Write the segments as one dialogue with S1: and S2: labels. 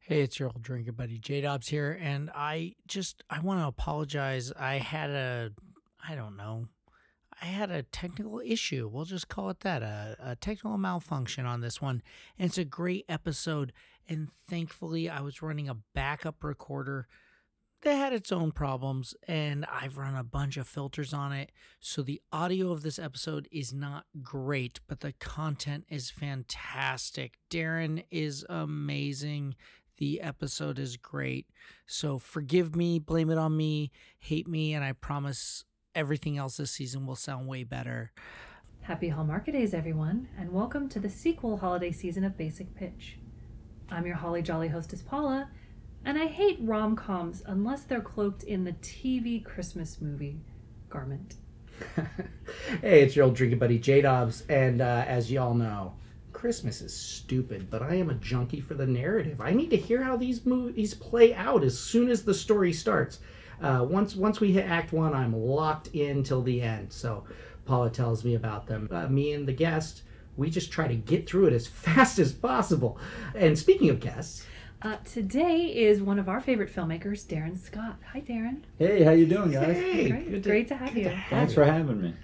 S1: Hey, it's your old drinking buddy J Dobbs here, and I just I want to apologize. I had a I don't know. I had a technical issue. We'll just call it that a, a technical malfunction on this one. And it's a great episode. And thankfully, I was running a backup recorder that had its own problems. And I've run a bunch of filters on it. So the audio of this episode is not great, but the content is fantastic. Darren is amazing. The episode is great. So forgive me, blame it on me, hate me, and I promise everything else this season will sound way better.
S2: Happy Hall Market Days, everyone, and welcome to the sequel holiday season of Basic Pitch. I'm your holly jolly hostess, Paula, and I hate rom coms unless they're cloaked in the TV Christmas movie garment.
S3: Hey, it's your old drinking buddy J Dobbs, and uh, as y'all know, Christmas is stupid, but I am a junkie for the narrative. I need to hear how these movies play out as soon as the story starts. Uh, once once we hit Act One, I'm locked in till the end. So Paula tells me about them. Uh, me and the guest, we just try to get through it as fast as possible. And speaking of guests,
S2: Uh, today is one of our favorite filmmakers, Darren Scott. Hi, Darren.
S4: Hey, how you doing, guys?
S3: hey,
S2: Great,
S3: good
S2: great to have
S3: good
S2: you.
S4: Thanks for having me.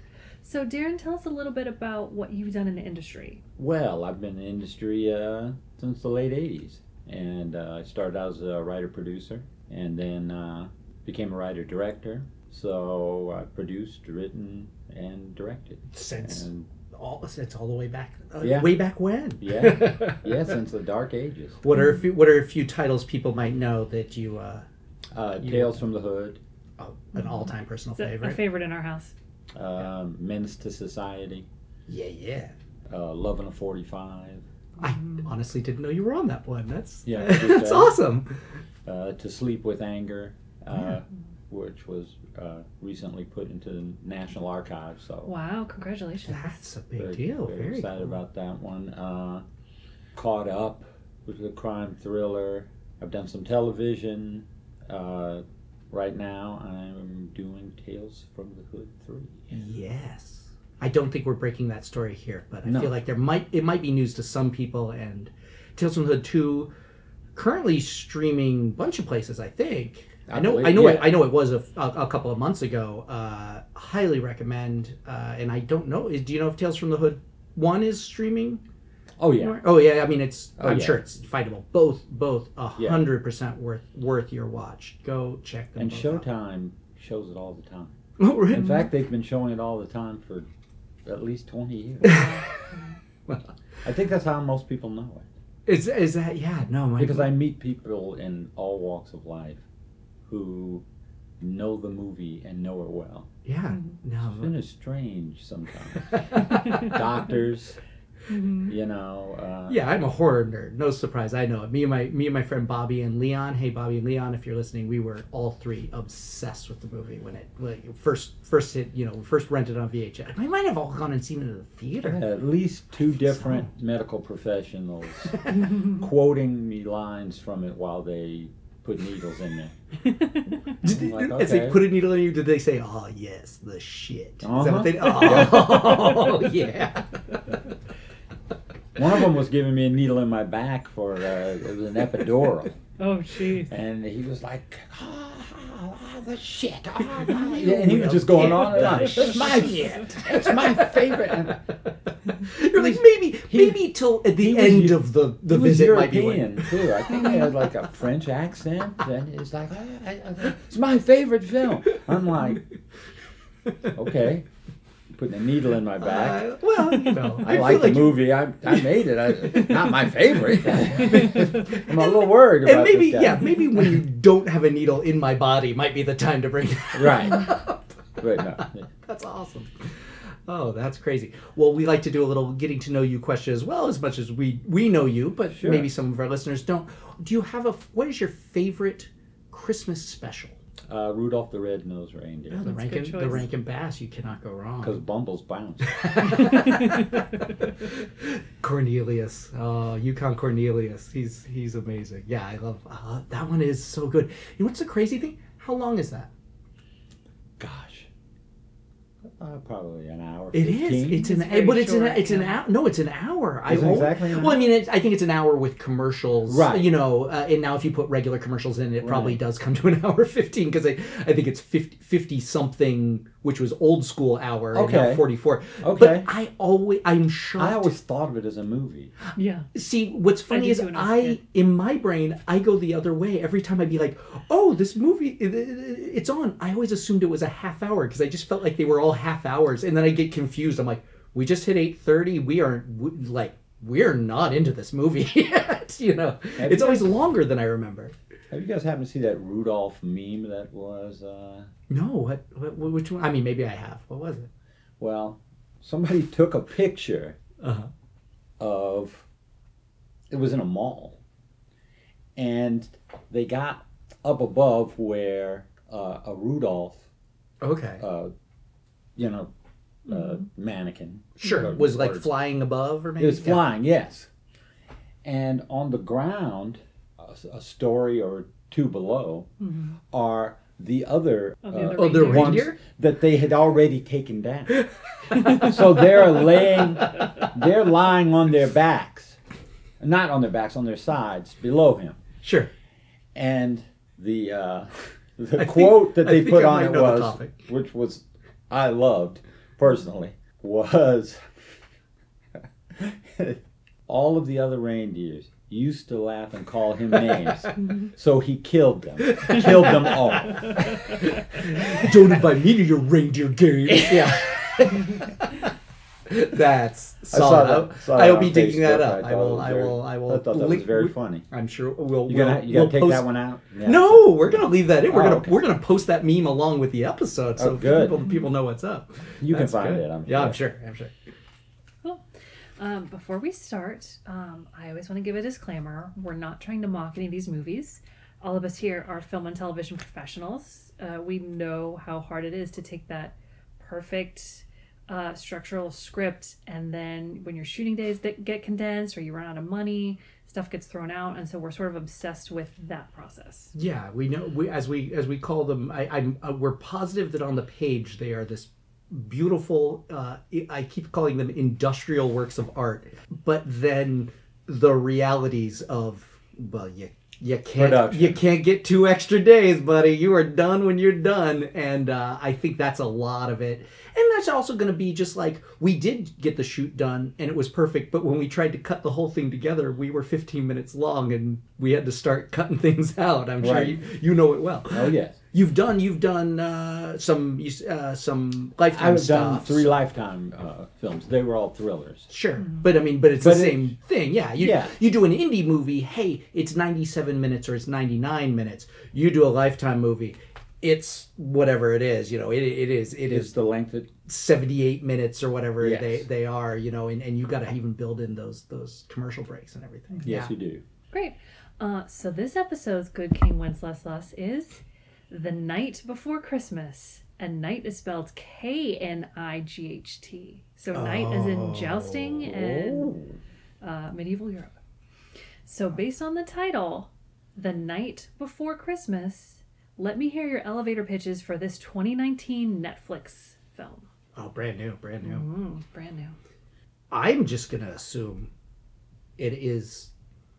S2: So, Darren, tell us a little bit about what you've done in the industry.
S4: Well, I've been in the industry uh, since the late '80s, and uh, I started out as a writer-producer, and then uh, became a writer-director. So I produced, written, and directed.
S3: Since
S4: And
S3: all since all the way back, uh,
S4: Yeah.
S3: way back when.
S4: Yeah. yeah, since the dark ages.
S3: What
S2: Mm.
S3: are a few, what are a few titles people might know that you uh,
S4: Uh,
S3: You-
S4: Tales from the Hood,
S3: oh, an all time personal
S2: It's Mm. a, a
S3: favorite?
S2: favorite in our house.
S4: uh, Menace to Society,
S3: yeah, yeah.
S4: uh, Love in a 45,
S3: I honestly didn't know you were on that one. That's
S4: Yeah,
S3: that's
S4: just, uh,
S3: awesome.
S4: uh, To Sleep with Anger, uh, which was uh, recently put into the National Archives. So.
S2: Wow, congratulations.
S3: That's a big deal.
S4: Very,
S3: Very,
S4: excited
S3: cool.
S4: about that one. Uh, caught up with the crime thriller. I've done some television. Uh, right now, I'm doing Tales from the Hood three.
S3: Yes, I don't think we're breaking that story here, but I
S4: No.
S3: feel like there might it might be news to some people. And Tales from the Hood two, currently streaming bunch of places. I think. I
S4: I
S3: know,
S4: believe-
S3: I know, it,
S4: yeah.
S3: I know. It was a, a- a couple of months ago. Uh, highly recommend. Uh, and I don't know. Is, do you know if Tales from the Hood one is streaming?
S4: Oh yeah,
S3: Oh yeah, I mean it's.
S4: Oh,
S3: I'm
S4: yeah.
S3: sure it's fightable. Both, both, a
S4: Yeah.
S3: hundred percent worth worth your watch. Go check them.
S4: and
S3: both out.
S4: Showtime shows it all the time.
S3: Oh, really?
S4: In fact, they've been showing it all the time for at least twenty years. I think that's how most people know it
S3: is is that yeah? No, my,
S4: because I meet people in all walks of life who know the movie and know it well.
S3: yeah
S2: Mm.
S4: It's kind
S3: no.
S4: of strange sometimes. doctors, you know. Uh,
S3: Yeah, I'm a horror nerd. No surprise, I know it. Me and my me and my friend Bobby and Leon. Hey, Bobby and Leon, if you're listening, we were all three obsessed with the movie when it, when it first first hit. You know, first rented on VHS. We might have all gone and seen it in the theater.
S4: At least two different medical professionals quoting me lines from it while they put needles in me.
S3: Did they,
S4: like,
S3: As they
S4: okay.
S3: put a needle in you, did they say, "Oh yes, the shit"? Is that
S4: Uh-huh.
S3: what they? Oh yeah.
S4: One of them was giving me a needle in my back for uh, it was an epidural,
S2: Oh, jeez.
S4: and he was like, "Ah, ah, the shit!" ah, ah," Yeah, and he was just going on and on. It's my shit. It's my favorite. And
S3: You're like maybe maybe till at the
S4: he was
S3: end
S4: Eu-
S3: of the the
S4: he was
S3: visit might be when-
S4: European too. I think he had like a French accent, and it's like, "Ah, I- I- it's my favorite film. I'm like, okay, putting a needle in my back.
S3: Uh, well, you know,
S4: I,
S3: feel
S4: like the
S3: you-
S4: movie. I, I made it. I, not my favorite. I'm a little worried
S3: And
S4: about
S3: maybe
S4: this guy.
S3: yeah, maybe when you don't have a needle in my body might be the time to bring that
S4: Right.
S3: up.
S4: But no.
S3: That's awesome. Oh, that's crazy. Well, we like to do a little getting to know you question as well, as much as we we know you, but
S4: Sure.
S3: maybe some of our listeners don't. Do you have a f- what is your favorite Christmas special?
S4: Uh, Rudolph the Red-Nosed
S3: Oh,
S4: Reindeer.
S3: the
S2: That's a good
S3: Rankin, the
S2: choice.
S3: Rankin Bass, you cannot go wrong.
S4: Because Bumbles bounce.
S3: Cornelius, oh, Yukon Cornelius, he's he's amazing. Yeah, I love uh, that one. Is so good. You know what's the crazy thing? How long is that?
S4: Gosh. Uh, probably an hour.
S3: It is.
S4: 15.
S2: It's
S3: It's an.
S2: very
S3: but it's an.
S2: short,
S3: It's an
S2: yeah.
S3: hour. No, it's an hour.
S4: Is it
S3: al-
S4: exactly an
S3: Well, I
S4: hour?
S3: mean, it, I think it's an hour with commercials.
S4: Right.
S3: You know, uh, and now if you put regular commercials in, it probably
S4: Right.
S3: does come to an hour fifteen because I, I think it's 50, 50 something, which was old school hour. And now
S4: Okay.
S3: Forty four.
S4: Okay.
S3: But I always. I'm sure.
S4: I always thought of it as a movie.
S2: Yeah.
S3: See, what's funny
S2: did
S3: is
S2: too when I was a
S3: I,
S2: kid.
S3: in my brain, I go the other way. Every time I'd be like, oh, this movie, i- i- i- it's on. I always assumed it was a half hour because I just felt like they were all half hours. And then I get confused. I'm like, we just hit 8.30. We are, w- like, we're not into this movie yet. you know,
S4: Have
S3: it's
S4: you
S3: always longer than I remember.
S4: Have you guys happened to see that Rudolph meme that was? Uh,
S3: No, what, what, which one? I mean, maybe I have. What was it?
S4: well, somebody took a picture
S3: Uh-huh.
S4: of. It was in a mall, and they got up above where uh, a Rudolph,
S3: Okay.
S4: uh, you know, uh, mannequin.
S3: Mm-hmm. sure.
S4: or-
S3: was like
S4: or-
S3: flying above or maybe?
S4: It was
S3: Yeah.
S4: flying, yes. And on the ground, a, s- a story or two below, are the other, uh,
S2: Oh, the other
S3: Oh, Mm-hmm. the
S2: Reindeer.
S4: ones
S3: reindeer?
S4: that they had already taken down. so they're laying, they're lying on their backs, not on their backs, on their sides below him.
S3: Sure.
S4: And the uh, the
S3: think-
S4: quote that
S3: I
S4: they
S3: think
S4: put
S3: I
S4: on
S3: might
S4: it
S3: know the
S4: was,
S3: topic.
S4: which was I loved personally, was all of the other reindeers used to laugh and call him names, so he killed them, killed them all.
S3: Don't invite me to your reindeer games. Yeah. That's solid. I,
S4: that- saw
S3: I will
S4: on
S3: be digging that
S4: Facebook.
S3: up. I,
S4: thought it
S3: will.
S4: was
S3: I
S4: very-
S3: will. I will.
S4: I thought that was
S3: link-
S4: very funny.
S3: I'm sure we'll.
S4: You
S3: we'll,
S4: gotta, you gotta
S3: we'll
S4: take
S3: post,
S4: that one out. Yeah.
S3: No, we're gonna leave that in. We're
S4: Oh,
S3: gonna
S4: okay.
S3: we're gonna post that meme along with the episode, so
S4: Oh, good.
S3: people people know what's up.
S4: You can
S3: That's
S4: find
S3: good.
S4: it, I'm
S3: yeah, I'm
S4: sure.
S3: sure. I'm sure.
S2: Cool. Um, before we start, um, I always want to give a disclaimer. We're not trying to mock any of these movies. All of us here are film and television professionals. Uh, we know how hard it is to take that perfect uh, structural script, and then when your shooting days that get condensed or you run out of money, stuff gets thrown out, and so we're sort of obsessed with that process.
S3: Yeah, we know. We as we as we call them. I, I'm uh, we're positive that on the page they are this beautiful. Uh, I- I keep calling them industrial works of art, but then the realities of well, you you can't
S4: Production.
S3: you can't get two extra days, buddy. You are done when you're done, and uh, I think that's a lot of it. And that's also going to be just like we did get the shoot done, and it was perfect. But when we tried to cut the whole thing together, we were 15 minutes long, and we had to start cutting things out. I'm sure
S4: Right.
S3: you, you know it well.
S4: Oh yes.
S3: You've done you've done uh, some you s- uh, some lifetime
S4: I've done
S3: stuff.
S4: three lifetime uh, films. They were all thrillers.
S3: Sure, but I mean, but it's
S4: Hmm. But
S3: the
S4: it-
S3: same thing. Yeah, you
S4: Yeah.
S3: you do an indie movie. Hey, it's ninety seven minutes or it's ninety nine minutes. You do a lifetime movie. It's whatever it is. You know, it, it is it
S4: Is
S3: is
S4: the length that
S3: seventy eight minutes or whatever
S4: Yes.
S3: they they are. You know, and, and you got to even build in those those commercial breaks and everything.
S4: yes
S3: yeah.
S4: you do.
S2: Great. Uh, so this episode's Good King Wenceslas is The Night Before Christmas. And night is spelled K N I G H T. So night is in jousting and uh, medieval Europe. So, based on the title, The Night Before Christmas, let me hear your elevator pitches for this 2019 Netflix film.
S3: Oh, brand new, brand new.
S2: Mm, brand new.
S3: I'm just gonna assume it is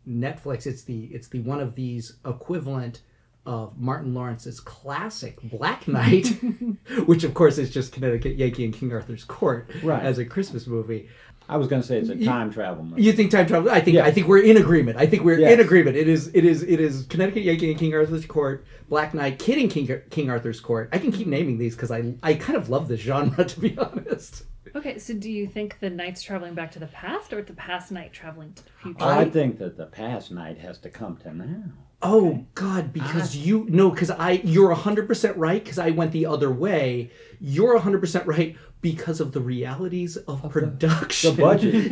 S3: Netflix. It's the it's the one of these equivalent of Martin Lawrence's classic Black Knight, which of course is just Connecticut Yankee and King Arthur's Court
S4: Right.
S3: as a Christmas movie.
S4: I was gonna say it's a time travel movie.
S3: You think time travel? I think
S4: Yeah.
S3: I think we're in agreement. I think we're in
S4: Yes.
S3: agreement. It is it is it is Connecticut Yankee and King Arthur's Court, Black Knight, Kidding King King Arthur's Court. I can keep naming these because I I kind of love this genre to be honest.
S2: Okay, so do you think the knight's traveling back to the past or the past night traveling to the future?
S4: I think that the past night has to come to now.
S3: Oh God! Because you no, because I you're hundred percent right. Because I went the other way. You're hundred percent right because of the realities of, production.
S4: the budget.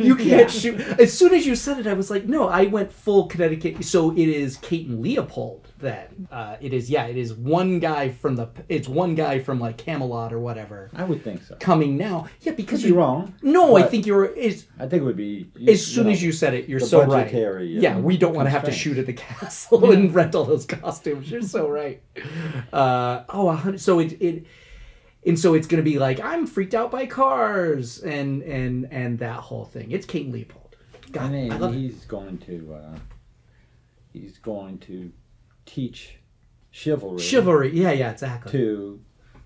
S3: You can't shoot. As soon as you said it, I was like, no. I went full Connecticut. So it is Kate and Leopold. Then uh, it is yeah. It is one guy from the. It's one guy from like Camelot or whatever
S4: I would think so.
S3: coming now. Yeah, because
S4: Could be
S3: you
S4: wrong,
S3: No, I
S4: but-
S3: think you're. It's,
S4: I think it would be
S3: as soon
S4: know,
S3: as you said it, you're
S4: the
S3: so right.
S4: budgetary, uh,
S3: Yeah, we don't want to have to shoot
S4: constraints.
S3: at the castle and rent all those costumes. You're so right. Uh, oh, a hundred- so it it and so it's going to be like I'm freaked out by cars and and and that whole thing. It's King Leopold. God,
S4: I mean,
S3: I love it.
S4: he's going to uh, he's going to teach chivalry,
S3: chivalry. Yeah, yeah, exactly.
S4: to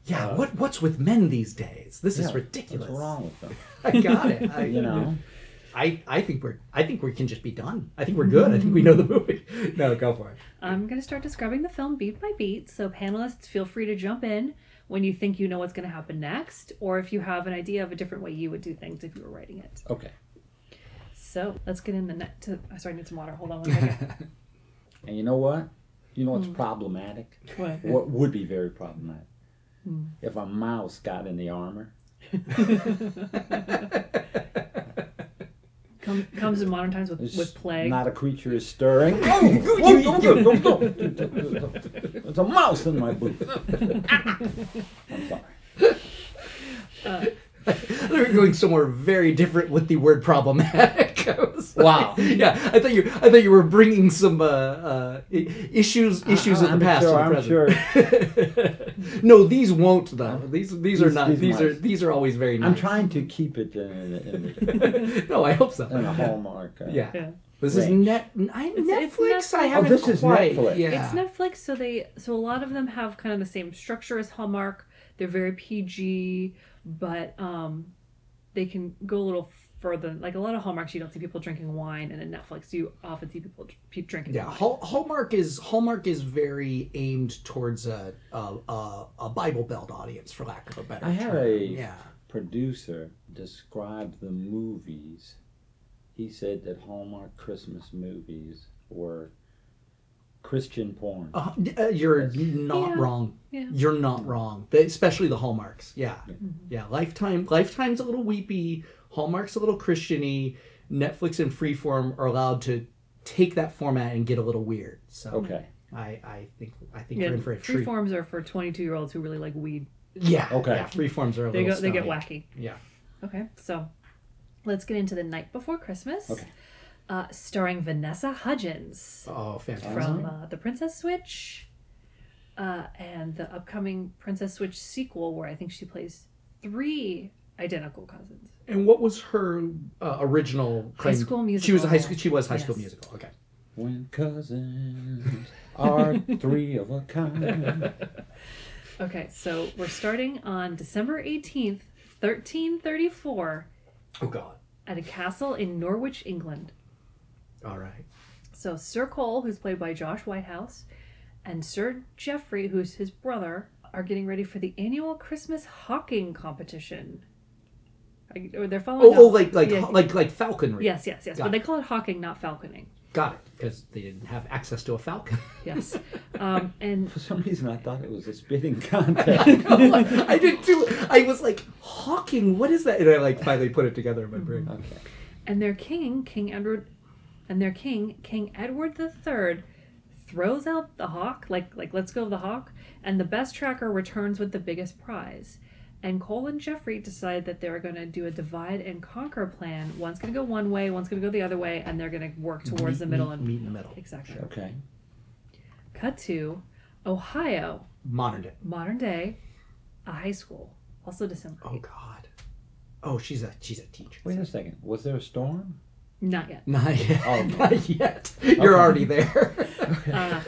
S3: yeah,
S4: uh,
S3: what what's with men these days? This
S4: Yeah,
S3: is ridiculous.
S4: What's wrong with them?
S3: I got it. I,
S4: You know,
S3: I I think we're I think we can just be done. I think
S4: Mm-hmm.
S3: we're good. I think we know the movie. No, go for it.
S2: I'm going to start describing the film beat by beat, so panelists feel free to jump in when you think you know what's going to happen next, or if you have an idea of a different way you would do things if you were writing it.
S4: okay.
S2: So let's get in the net. To, I sorry, I need some water. Hold on one second.
S4: And you know what? You know what's problematic?
S2: What?
S4: What would be very problematic? If a mouse got in the armor.
S2: Come, comes in modern times with,
S4: It's
S2: with plague.
S4: Not a creature is stirring. Oh, you- don't do it, don't do it, don't do it, don't do it. There's a mouse in my boot. I'm sorry.
S3: We were going somewhere very different with the word problematic. I was like-
S4: Wow.
S3: yeah, I thought you I thought you were bringing some uh, uh, i- issues issues of
S4: I'm
S3: the past
S4: sure- I'm
S3: to the present. no, these won't though. These these, are
S4: These-
S3: not.
S4: these
S3: These, are
S4: might.
S3: these are always very. Nice.
S4: I'm trying to keep it in, in, in,
S3: no, I hope so.
S4: in a hallmark. uh,
S3: Yeah.
S2: Yeah.
S3: This is
S4: Range.
S3: net. I
S2: it's
S3: Netflix. I
S2: Netflix.
S4: Oh,
S3: haven't
S4: this is
S3: quite.
S4: Netflix.
S3: Yeah.
S2: It's Netflix, so they so a lot of them have kind of the same structure as Hallmark. They're very PG, but um, they can go a little further. Like a lot of Hallmarks, you don't see people drinking wine, and in Netflix, you often see people keep drinking.
S3: Yeah,
S2: wine.
S3: Hall- Hallmark is Hallmark is very aimed towards a a, a, a Bible Belt audience, for lack of a better.
S4: I had
S3: term.
S4: a-
S3: yeah.
S4: Producer described the movies. He said that Hallmark Christmas movies were Christian porn.
S5: Oh.
S3: Uh, uh, you're not
S2: Yeah.
S3: wrong.
S2: Yeah. Mm-hmm.
S3: You're not wrong. They- especially the Hallmarks. Yeah, yeah. Lifetime Lifetime's a little weepy. Hallmark's a little Christiany. Netflix and Freeform are allowed to take that format and get a little weird. So
S4: Okay.
S3: I I think I think
S2: yeah.
S3: we're in for a
S2: Free
S3: treat.
S2: forms are for twenty-two-year-olds who really like weed.
S3: Yeah.
S4: Okay.
S3: Yeah, Freeforms are a
S2: They go,
S3: little.
S2: they get
S3: stony.
S2: wacky.
S3: Yeah.
S2: Okay, so let's get into the night before Christmas,
S4: Okay.
S2: uh, starring Vanessa Hudgens.
S3: Oh, fantastic.
S2: from uh, the Princess Switch, uh, and the upcoming Princess Switch sequel, where I think she plays three identical cousins.
S3: And what was her uh, original
S2: High
S3: claim?
S2: School
S3: She was a high
S2: Musical.
S3: school. She was high school
S2: Yes.
S3: musical. Okay.
S4: When cousins are three of a kind.
S2: Okay, so we're starting on December 18th, 1334,
S3: Oh God.
S2: at a castle in Norwich, England.
S3: All right.
S2: So Sir Cole, who's played by Josh Whitehouse, and Sir Geoffrey, who's his brother, are getting ready for the annual Christmas hawking competition. I, or they're following.
S3: Oh, oh
S2: up-
S3: like like
S2: Yeah.
S3: like like falconry.
S2: Yes, yes, yes.
S3: Got
S2: But they call it hawking, not falconing.
S3: Got it. Because they didn't have access to a falcon.
S2: Yes. Um, and
S4: For some reason, I thought it was a spitting contest.
S3: I did too. I was like, Hawking. What is that? And I like finally put it together in my brain.
S4: Okay.
S2: and their king, King Edward, and their king, King Edward the Third, throws out the hawk, like like let's go the hawk, and the best tracker returns with the biggest prize. And Cole and Jeffrey decide that they're going to do a divide and conquer plan. One's going to go one way, one's going to go the other way, and they're going to work towards the middle and
S3: meet in the middle.
S2: exactly.
S4: Okay.
S2: Cut to Ohio,
S3: Modern day.
S2: modern day, a high school, also December.
S3: Oh God. Oh, she's a she's a teacher.
S4: Wait a second. Was there a storm?
S2: Not yet.
S3: Not yet.
S4: Oh.
S3: Not yet. You're
S4: Okay.
S3: already there.
S2: Uh,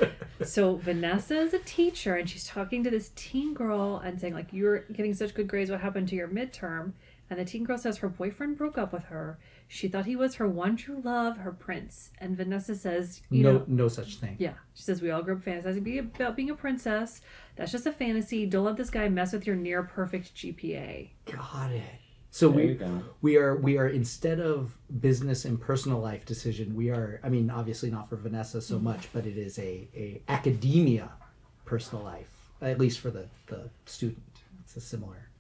S2: so Vanessa is a teacher and she's talking to this teen girl and saying like you're getting such good grades what happened to your midterm and the teen girl says her boyfriend broke up with her she thought he was her one true love her prince and Vanessa says you
S3: no,
S2: know
S3: no such thing.
S2: yeah she says we all grew up fantasizing be- about being a princess that's just a fantasy don't let this guy mess with your near perfect GPA
S3: Got it. So
S4: There
S3: we
S4: you go.
S3: we are we are instead of business and personal life decision, we are I mean obviously not for Vanessa
S4: Mm-hmm.
S3: so much, but it is a, a academia personal life at least for the the student. It's a similar.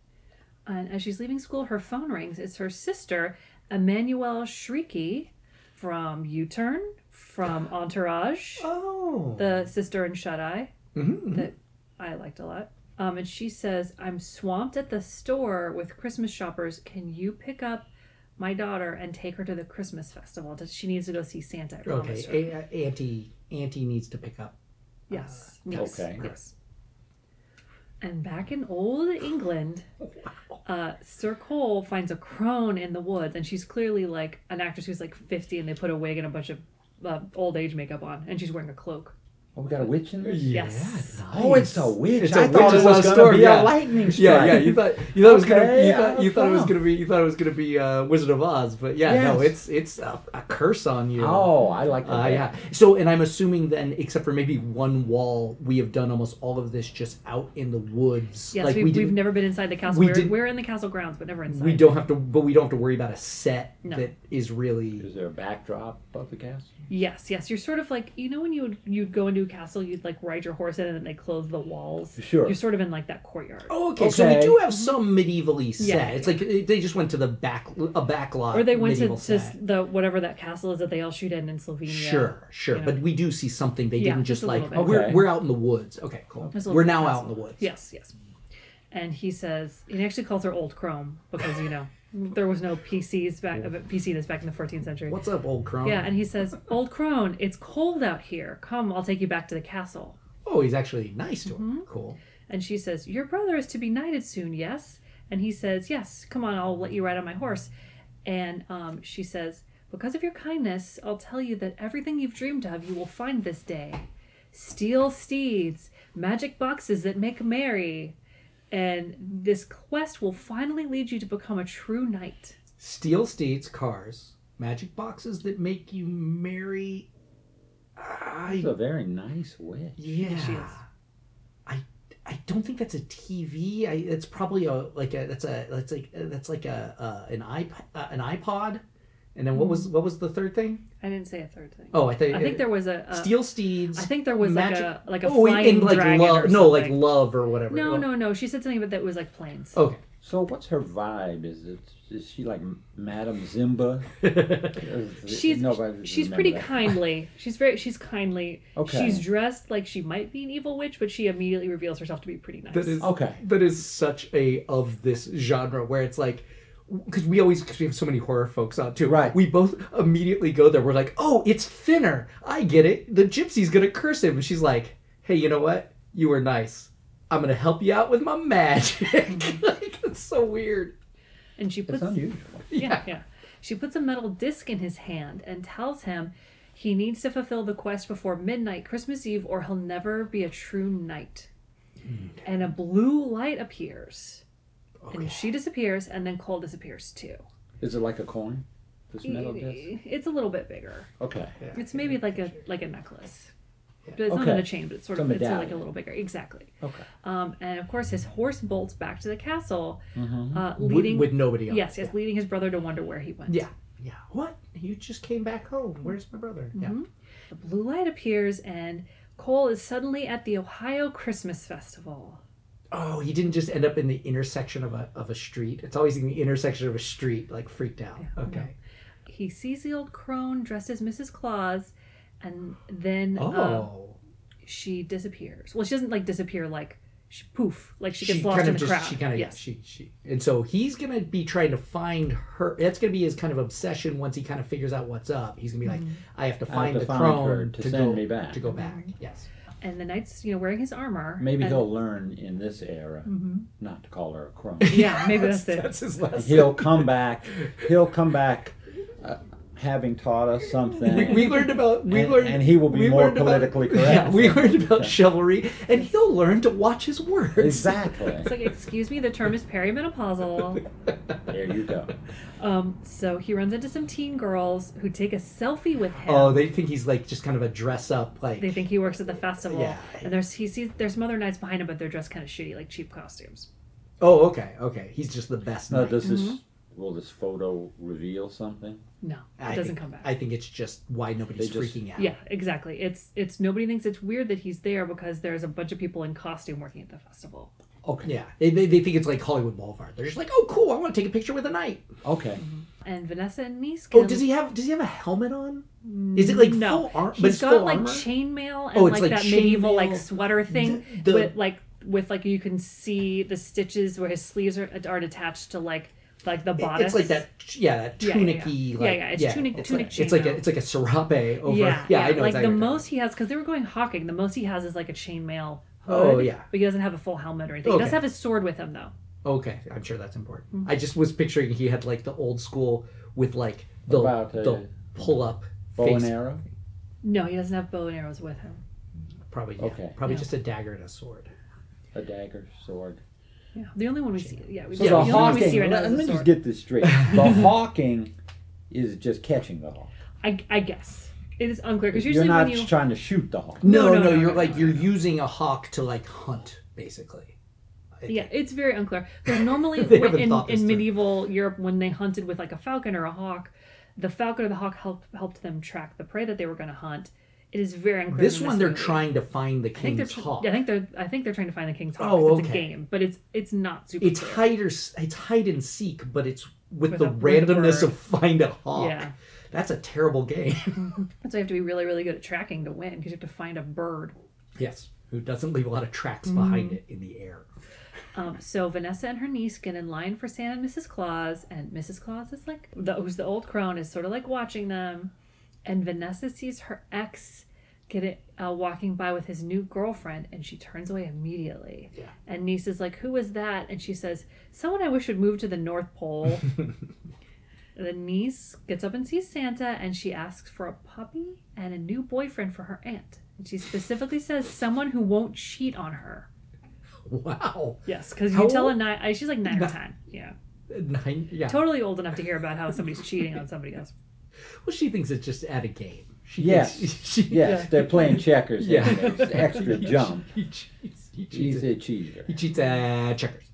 S2: and as she's leaving school her phone rings it's her sister Emmanuelle Shrieky from U-Turn from Entourage
S3: Oh.
S2: the sister in Shut Eye
S3: Mhm.
S2: that I liked a lot. Um, and she says, I'm swamped at the store with Christmas shoppers. Can you pick up my daughter and take her to the Christmas festival? Does- She needs to go see Santa. I promised her.
S3: Okay. A- Auntie Auntie needs to pick up.
S2: yes. Yes.
S4: Okay.
S2: Yes. And back in old England, uh, Sir Cole finds a crone in the woods, and she's clearly like an actress who's like 50, and they put a wig and a bunch of uh, old age makeup on, and she's wearing a cloak.
S4: Oh, we got a witch in this?
S2: Yes.
S1: Yeah,
S4: Oh, it's a
S1: nice.
S4: witch.
S5: It's
S4: I
S5: a witch.
S4: thought it
S5: It's a
S4: was
S5: storm,
S4: going to be
S5: yeah.
S4: a lightning strike.
S5: Yeah, yeah. You thought you thought it was gonna
S4: Okay,
S5: you thought, you
S4: uh,
S5: thought it was
S4: wow.
S5: gonna be you thought it was gonna be uh, Wizard of Oz, but yeah, no,
S4: Yes.
S5: it's it's a, a curse on you.
S4: Oh, I like that.
S5: Uh, yeah.
S3: So, and I'm assuming then, except for maybe one wall, we have done almost all of this just out in the woods.
S2: Yes,
S3: like
S2: we've,
S3: we
S2: we have
S3: didn't-
S2: never been inside the castle.
S3: we
S2: We are
S3: didn't-
S2: we're in the castle grounds, but never inside.
S3: we don't have to, but we don't have to worry about a set
S2: No.
S3: that is really.
S4: Is there a backdrop of the castle?
S2: Yes, yes. You're sort of like you know when you would you'd go into a castle, you'd like ride your horse in, and then they close the walls.
S4: Sure.
S2: You're sort of in like that courtyard,
S3: Okay, so we
S4: Okay.
S3: do have some medievally set.
S2: Yeah.
S3: It's like eh, they just went to the back, a back lot.
S2: or they went to,
S3: medieval
S2: to s-
S3: set.
S2: the whatever that castle is that they all shoot in in Slovenia.
S3: Sure, sure,
S2: you know.
S3: but we do see something. They
S2: Yeah,
S3: didn't just,
S2: just a
S3: like
S2: little bit.
S3: we're
S4: Okay.
S3: we're out in the woods. Okay, cool.
S2: There's a
S3: We're
S2: little
S3: now out in
S2: castle.
S3: the woods.
S2: Yes, yes. And he says he actually calls her old Chrome because you know there was no PCs back PC this back in the 14th century.
S3: What's up, old crone?
S2: Yeah, and he says, "Old crone, it's cold out here. Come, I'll take you back to the castle."
S3: Oh, he's actually nice to her.
S2: Mm-hmm.
S3: Cool.
S2: And she says, Your brother is to be knighted soon, yes? And he says, Yes, come on, I'll let you ride on my horse. And um, she says, Because of your kindness, I'll tell you that everything you've dreamed of you will find this day steel steeds, magic boxes that make merry. And this quest will finally lead you to become a true knight.
S3: Steel steeds, cars, magic boxes that make you marry.
S4: It's
S3: I
S4: a very nice witch.
S3: yeah.
S2: she is.
S3: I I don't think that's a TV. I it's probably a like a that's a that's like that's like a uh, an iPod uh, an iPod. And then what was what was the third thing?
S2: I didn't say a third thing.
S3: Oh, I think
S2: Mm-hmm. I think there was a. a
S3: steel steeds.
S2: I think there was
S3: magic-
S2: like a like a
S3: oh,
S2: flying
S3: and like
S2: dragon
S3: love,
S2: or
S3: no, like
S2: something.
S3: love or whatever.
S2: no,
S3: Oh,
S2: no, no. She said something about that was like planes.
S3: Okay.
S4: So what's her vibe? Is it is she like Madame Zimba?
S2: she's
S4: Nobody
S2: she's
S4: remember
S2: pretty
S4: that.
S2: kindly. She's very she's kindly.
S4: Okay.
S2: She's dressed like she might be an evil witch, but she immediately reveals herself to be pretty nice.
S3: That is
S4: Okay.
S3: That is such a of this genre where it's like because we always because we have so many horror folks on too.
S4: Right.
S3: We both immediately go there. We're like, oh, it's Finner. I get it. The gypsy's gonna curse him, and she's like, hey, you know what? You were nice. I'm gonna help you out with my magic. like it's so weird.
S2: and she puts
S4: It's unusual.
S2: yeah yeah she puts a metal disc in his hand and tells him he needs to fulfill the quest before midnight Christmas Eve or he'll never be a true knight.
S4: Hmm.
S2: And a blue light appears. And she disappears, and then Cole disappears too.
S4: Is it like a coin? This metal disc?
S2: It's a little bit bigger.
S4: Okay.
S2: It's maybe like a like a necklace. But it's not
S4: Okay.
S2: in a chain, but it's sort
S4: It's
S2: of
S4: a
S2: it's like a
S4: medallion.
S2: little bigger. Exactly.
S4: Okay.
S2: Um, and of course his horse bolts back to the castle, uh,
S3: Mm-hmm. With,
S2: leading
S3: with nobody on.
S2: yes, yes, leading his brother to wonder where he went.
S3: Yeah. Yeah. What? You just came back home. Where's my brother?
S2: Mm-hmm.
S3: Yeah.
S2: The blue light appears and Cole is suddenly at the Ohio Christmas Festival.
S3: Oh, he didn't just end up in the intersection of a of a street. It's always in the intersection of a street, like freaked out. okay.
S2: He sees the old crone dressed as Mrs. Claus, and then um,
S3: Oh.
S2: she disappears. Well, she doesn't like disappear like she poof, like she
S3: she
S2: gets lost
S3: kind
S2: in
S3: of
S2: the
S3: just
S2: crowd.
S3: she kind of
S2: yes.
S3: she she and so he's gonna be trying to find her that's gonna be his kind of obsession once he kind of figures out what's up he's gonna be
S2: Mm-hmm.
S3: like i have to
S4: have
S3: find
S4: to
S3: the
S4: find her
S3: crone
S4: to
S3: to,
S4: send
S3: go
S4: me back."
S3: to go back yes
S2: and the knight's you know wearing his armor.
S4: Maybe
S2: and-
S4: he'll learn in this era
S2: Mm-hmm.
S4: not to call her a crone.
S2: Yeah, maybe that's it.
S3: that's his last
S4: he'll come back. He'll come back, uh, having taught us something.
S3: we, we learned about we
S4: And-
S3: learned
S4: and he will be
S3: we
S4: more
S3: learned about-
S4: politically correct.
S3: yeah we learned about chivalry and he'll learn to watch his words
S4: exactly.
S2: It's like, excuse me, the term is perimenopausal.
S4: There you go.
S2: Um, so he runs into some teen girls who take a selfie with him.
S3: oh they think he's like just kind of a dress up like
S2: they think he works at the festival.
S3: Yeah.
S2: And there's he sees there's some other knights behind him, but they're dressed kind of shitty, like cheap costumes.
S3: oh okay okay he's just the best
S4: Now,
S3: knight.
S4: does this
S2: Mm-hmm.
S4: will this photo reveal something?
S2: No, it
S3: I
S2: doesn't
S3: think-
S2: come back.
S3: i think it's just why nobody's
S4: They just-
S3: freaking out
S2: yeah, exactly. It's it's nobody thinks it's weird that he's there because there's a bunch of people in costume working at the festival.
S4: Okay.
S3: Yeah, they, they, they think it's like Hollywood Boulevard. They're just like, oh, cool, I want to take a picture with a knight.
S4: Okay.
S2: And Vanessa and Nice.
S3: Oh, does he have does he have a helmet on? Is it like
S2: Mm, no,
S3: full armor?
S2: He's
S3: but it's
S2: got
S3: full
S2: like
S3: armor?
S2: chainmail and
S3: Oh, it's
S2: like,
S3: like
S2: that medieval like
S3: chainmail.
S2: sweater thing
S3: The- the-
S2: with like with like you can see the stitches where his sleeves are, are attached to like like the bodice.
S3: It's like that, yeah, that
S2: Yeah, yeah,
S3: tunicky.
S2: yeah.
S3: Like,
S2: Yeah, yeah, it's tunic-
S3: it's
S2: tunic
S3: Like, it's like a,
S2: chainmail.
S3: it's like a serape over.
S2: Yeah, yeah.
S3: I
S2: like
S3: know exactly what
S2: the
S3: you're talking
S2: most he has because they were going hawking. The most he has is like a chainmail
S3: Oh
S2: hood,
S3: yeah.
S2: but he doesn't have a full helmet or anything. He does
S3: Okay.
S2: have his sword with him though.
S3: Okay, I'm sure that's important.
S2: Mhm.
S3: I just was picturing he had like the old school with like the
S4: About, uh,
S3: the pull up
S4: Bow
S3: face.
S4: and arrow.
S2: No, he doesn't have bow and arrows with him.
S3: Probably yeah.
S4: Okay.
S3: Probably
S2: Yeah.
S3: just a dagger and a sword.
S4: A dagger, sword.
S2: Yeah, the only one we see. Yeah, we,
S4: So
S2: yeah,
S4: the
S2: the only one we see
S4: hawking.
S2: right now
S4: let,
S2: is
S4: let
S2: the
S4: me just
S2: sword.
S4: get this straight. The hawking is just catching the hawk.
S2: I, I guess it is unclear because
S4: You're
S2: usually
S4: not
S2: when you
S4: trying to shoot the hawk.
S3: No, no,
S2: no, no,
S3: you're
S2: no,
S3: like
S2: no,
S3: you're using a hawk to like hunt basically. I
S2: yeah,
S3: think.
S2: it's very unclear. Because normally
S3: They
S2: when,
S3: haven't
S2: in,
S3: thought this
S2: in
S3: through.
S2: medieval Europe, when they hunted with like a falcon or a hawk, the falcon or the hawk helped helped them track the prey that they were going to hunt. It is very unclear.
S3: This
S2: in
S3: one they're
S2: movie.
S3: trying to find the
S2: I think they're.
S3: king's
S2: tr-
S3: hawk.
S2: I think they're. I think they're trying to find the king's hawk.
S3: Oh,
S2: 'cause It's a
S3: okay.
S2: game, but it's it's not super.
S3: it's
S2: clear.
S3: hide or s- it's hide and seek, but it's with,
S2: With
S3: the
S2: a- with a
S3: randomness
S2: word.
S3: of find a hawk.
S2: Yeah.
S3: That's a terrible game.
S2: That's why you have to be really really good at tracking to win because you have to find a bird.
S3: yes. Who doesn't leave a lot of tracks
S2: Mm.
S3: behind it in the air?
S2: Um, so Vanessa and her niece get in line for Santa and Mrs. Claus, and Mrs. Claus is like, the, who's the old crone, is sort of like watching them, and Vanessa sees her ex get it uh, walking by with his new girlfriend, and she turns away immediately.
S3: Yeah.
S2: And niece is like, "Who is that?" And she says, "Someone I wish would move to the North Pole." the niece gets up and sees Santa, and she asks for a puppy and a new boyfriend for her aunt. And she specifically says, "Someone who won't cheat on her."
S3: Wow.
S2: Yes, because
S3: How
S2: you tell a
S3: old?
S2: nine. I- She's like nine or
S3: Ni-
S2: ten. Yeah,
S3: Nine, yeah.
S2: totally old enough to hear about how somebody's cheating on somebody else.
S3: Well, she thinks it's just at a game. She
S4: Yes.
S3: thinks- she-
S4: Yes, they're playing checkers.
S3: Yeah.
S4: and it's Extra jump.
S3: He cheats. He cheats.
S4: He's
S3: at-
S4: a cheater.
S3: He cheats at checkers.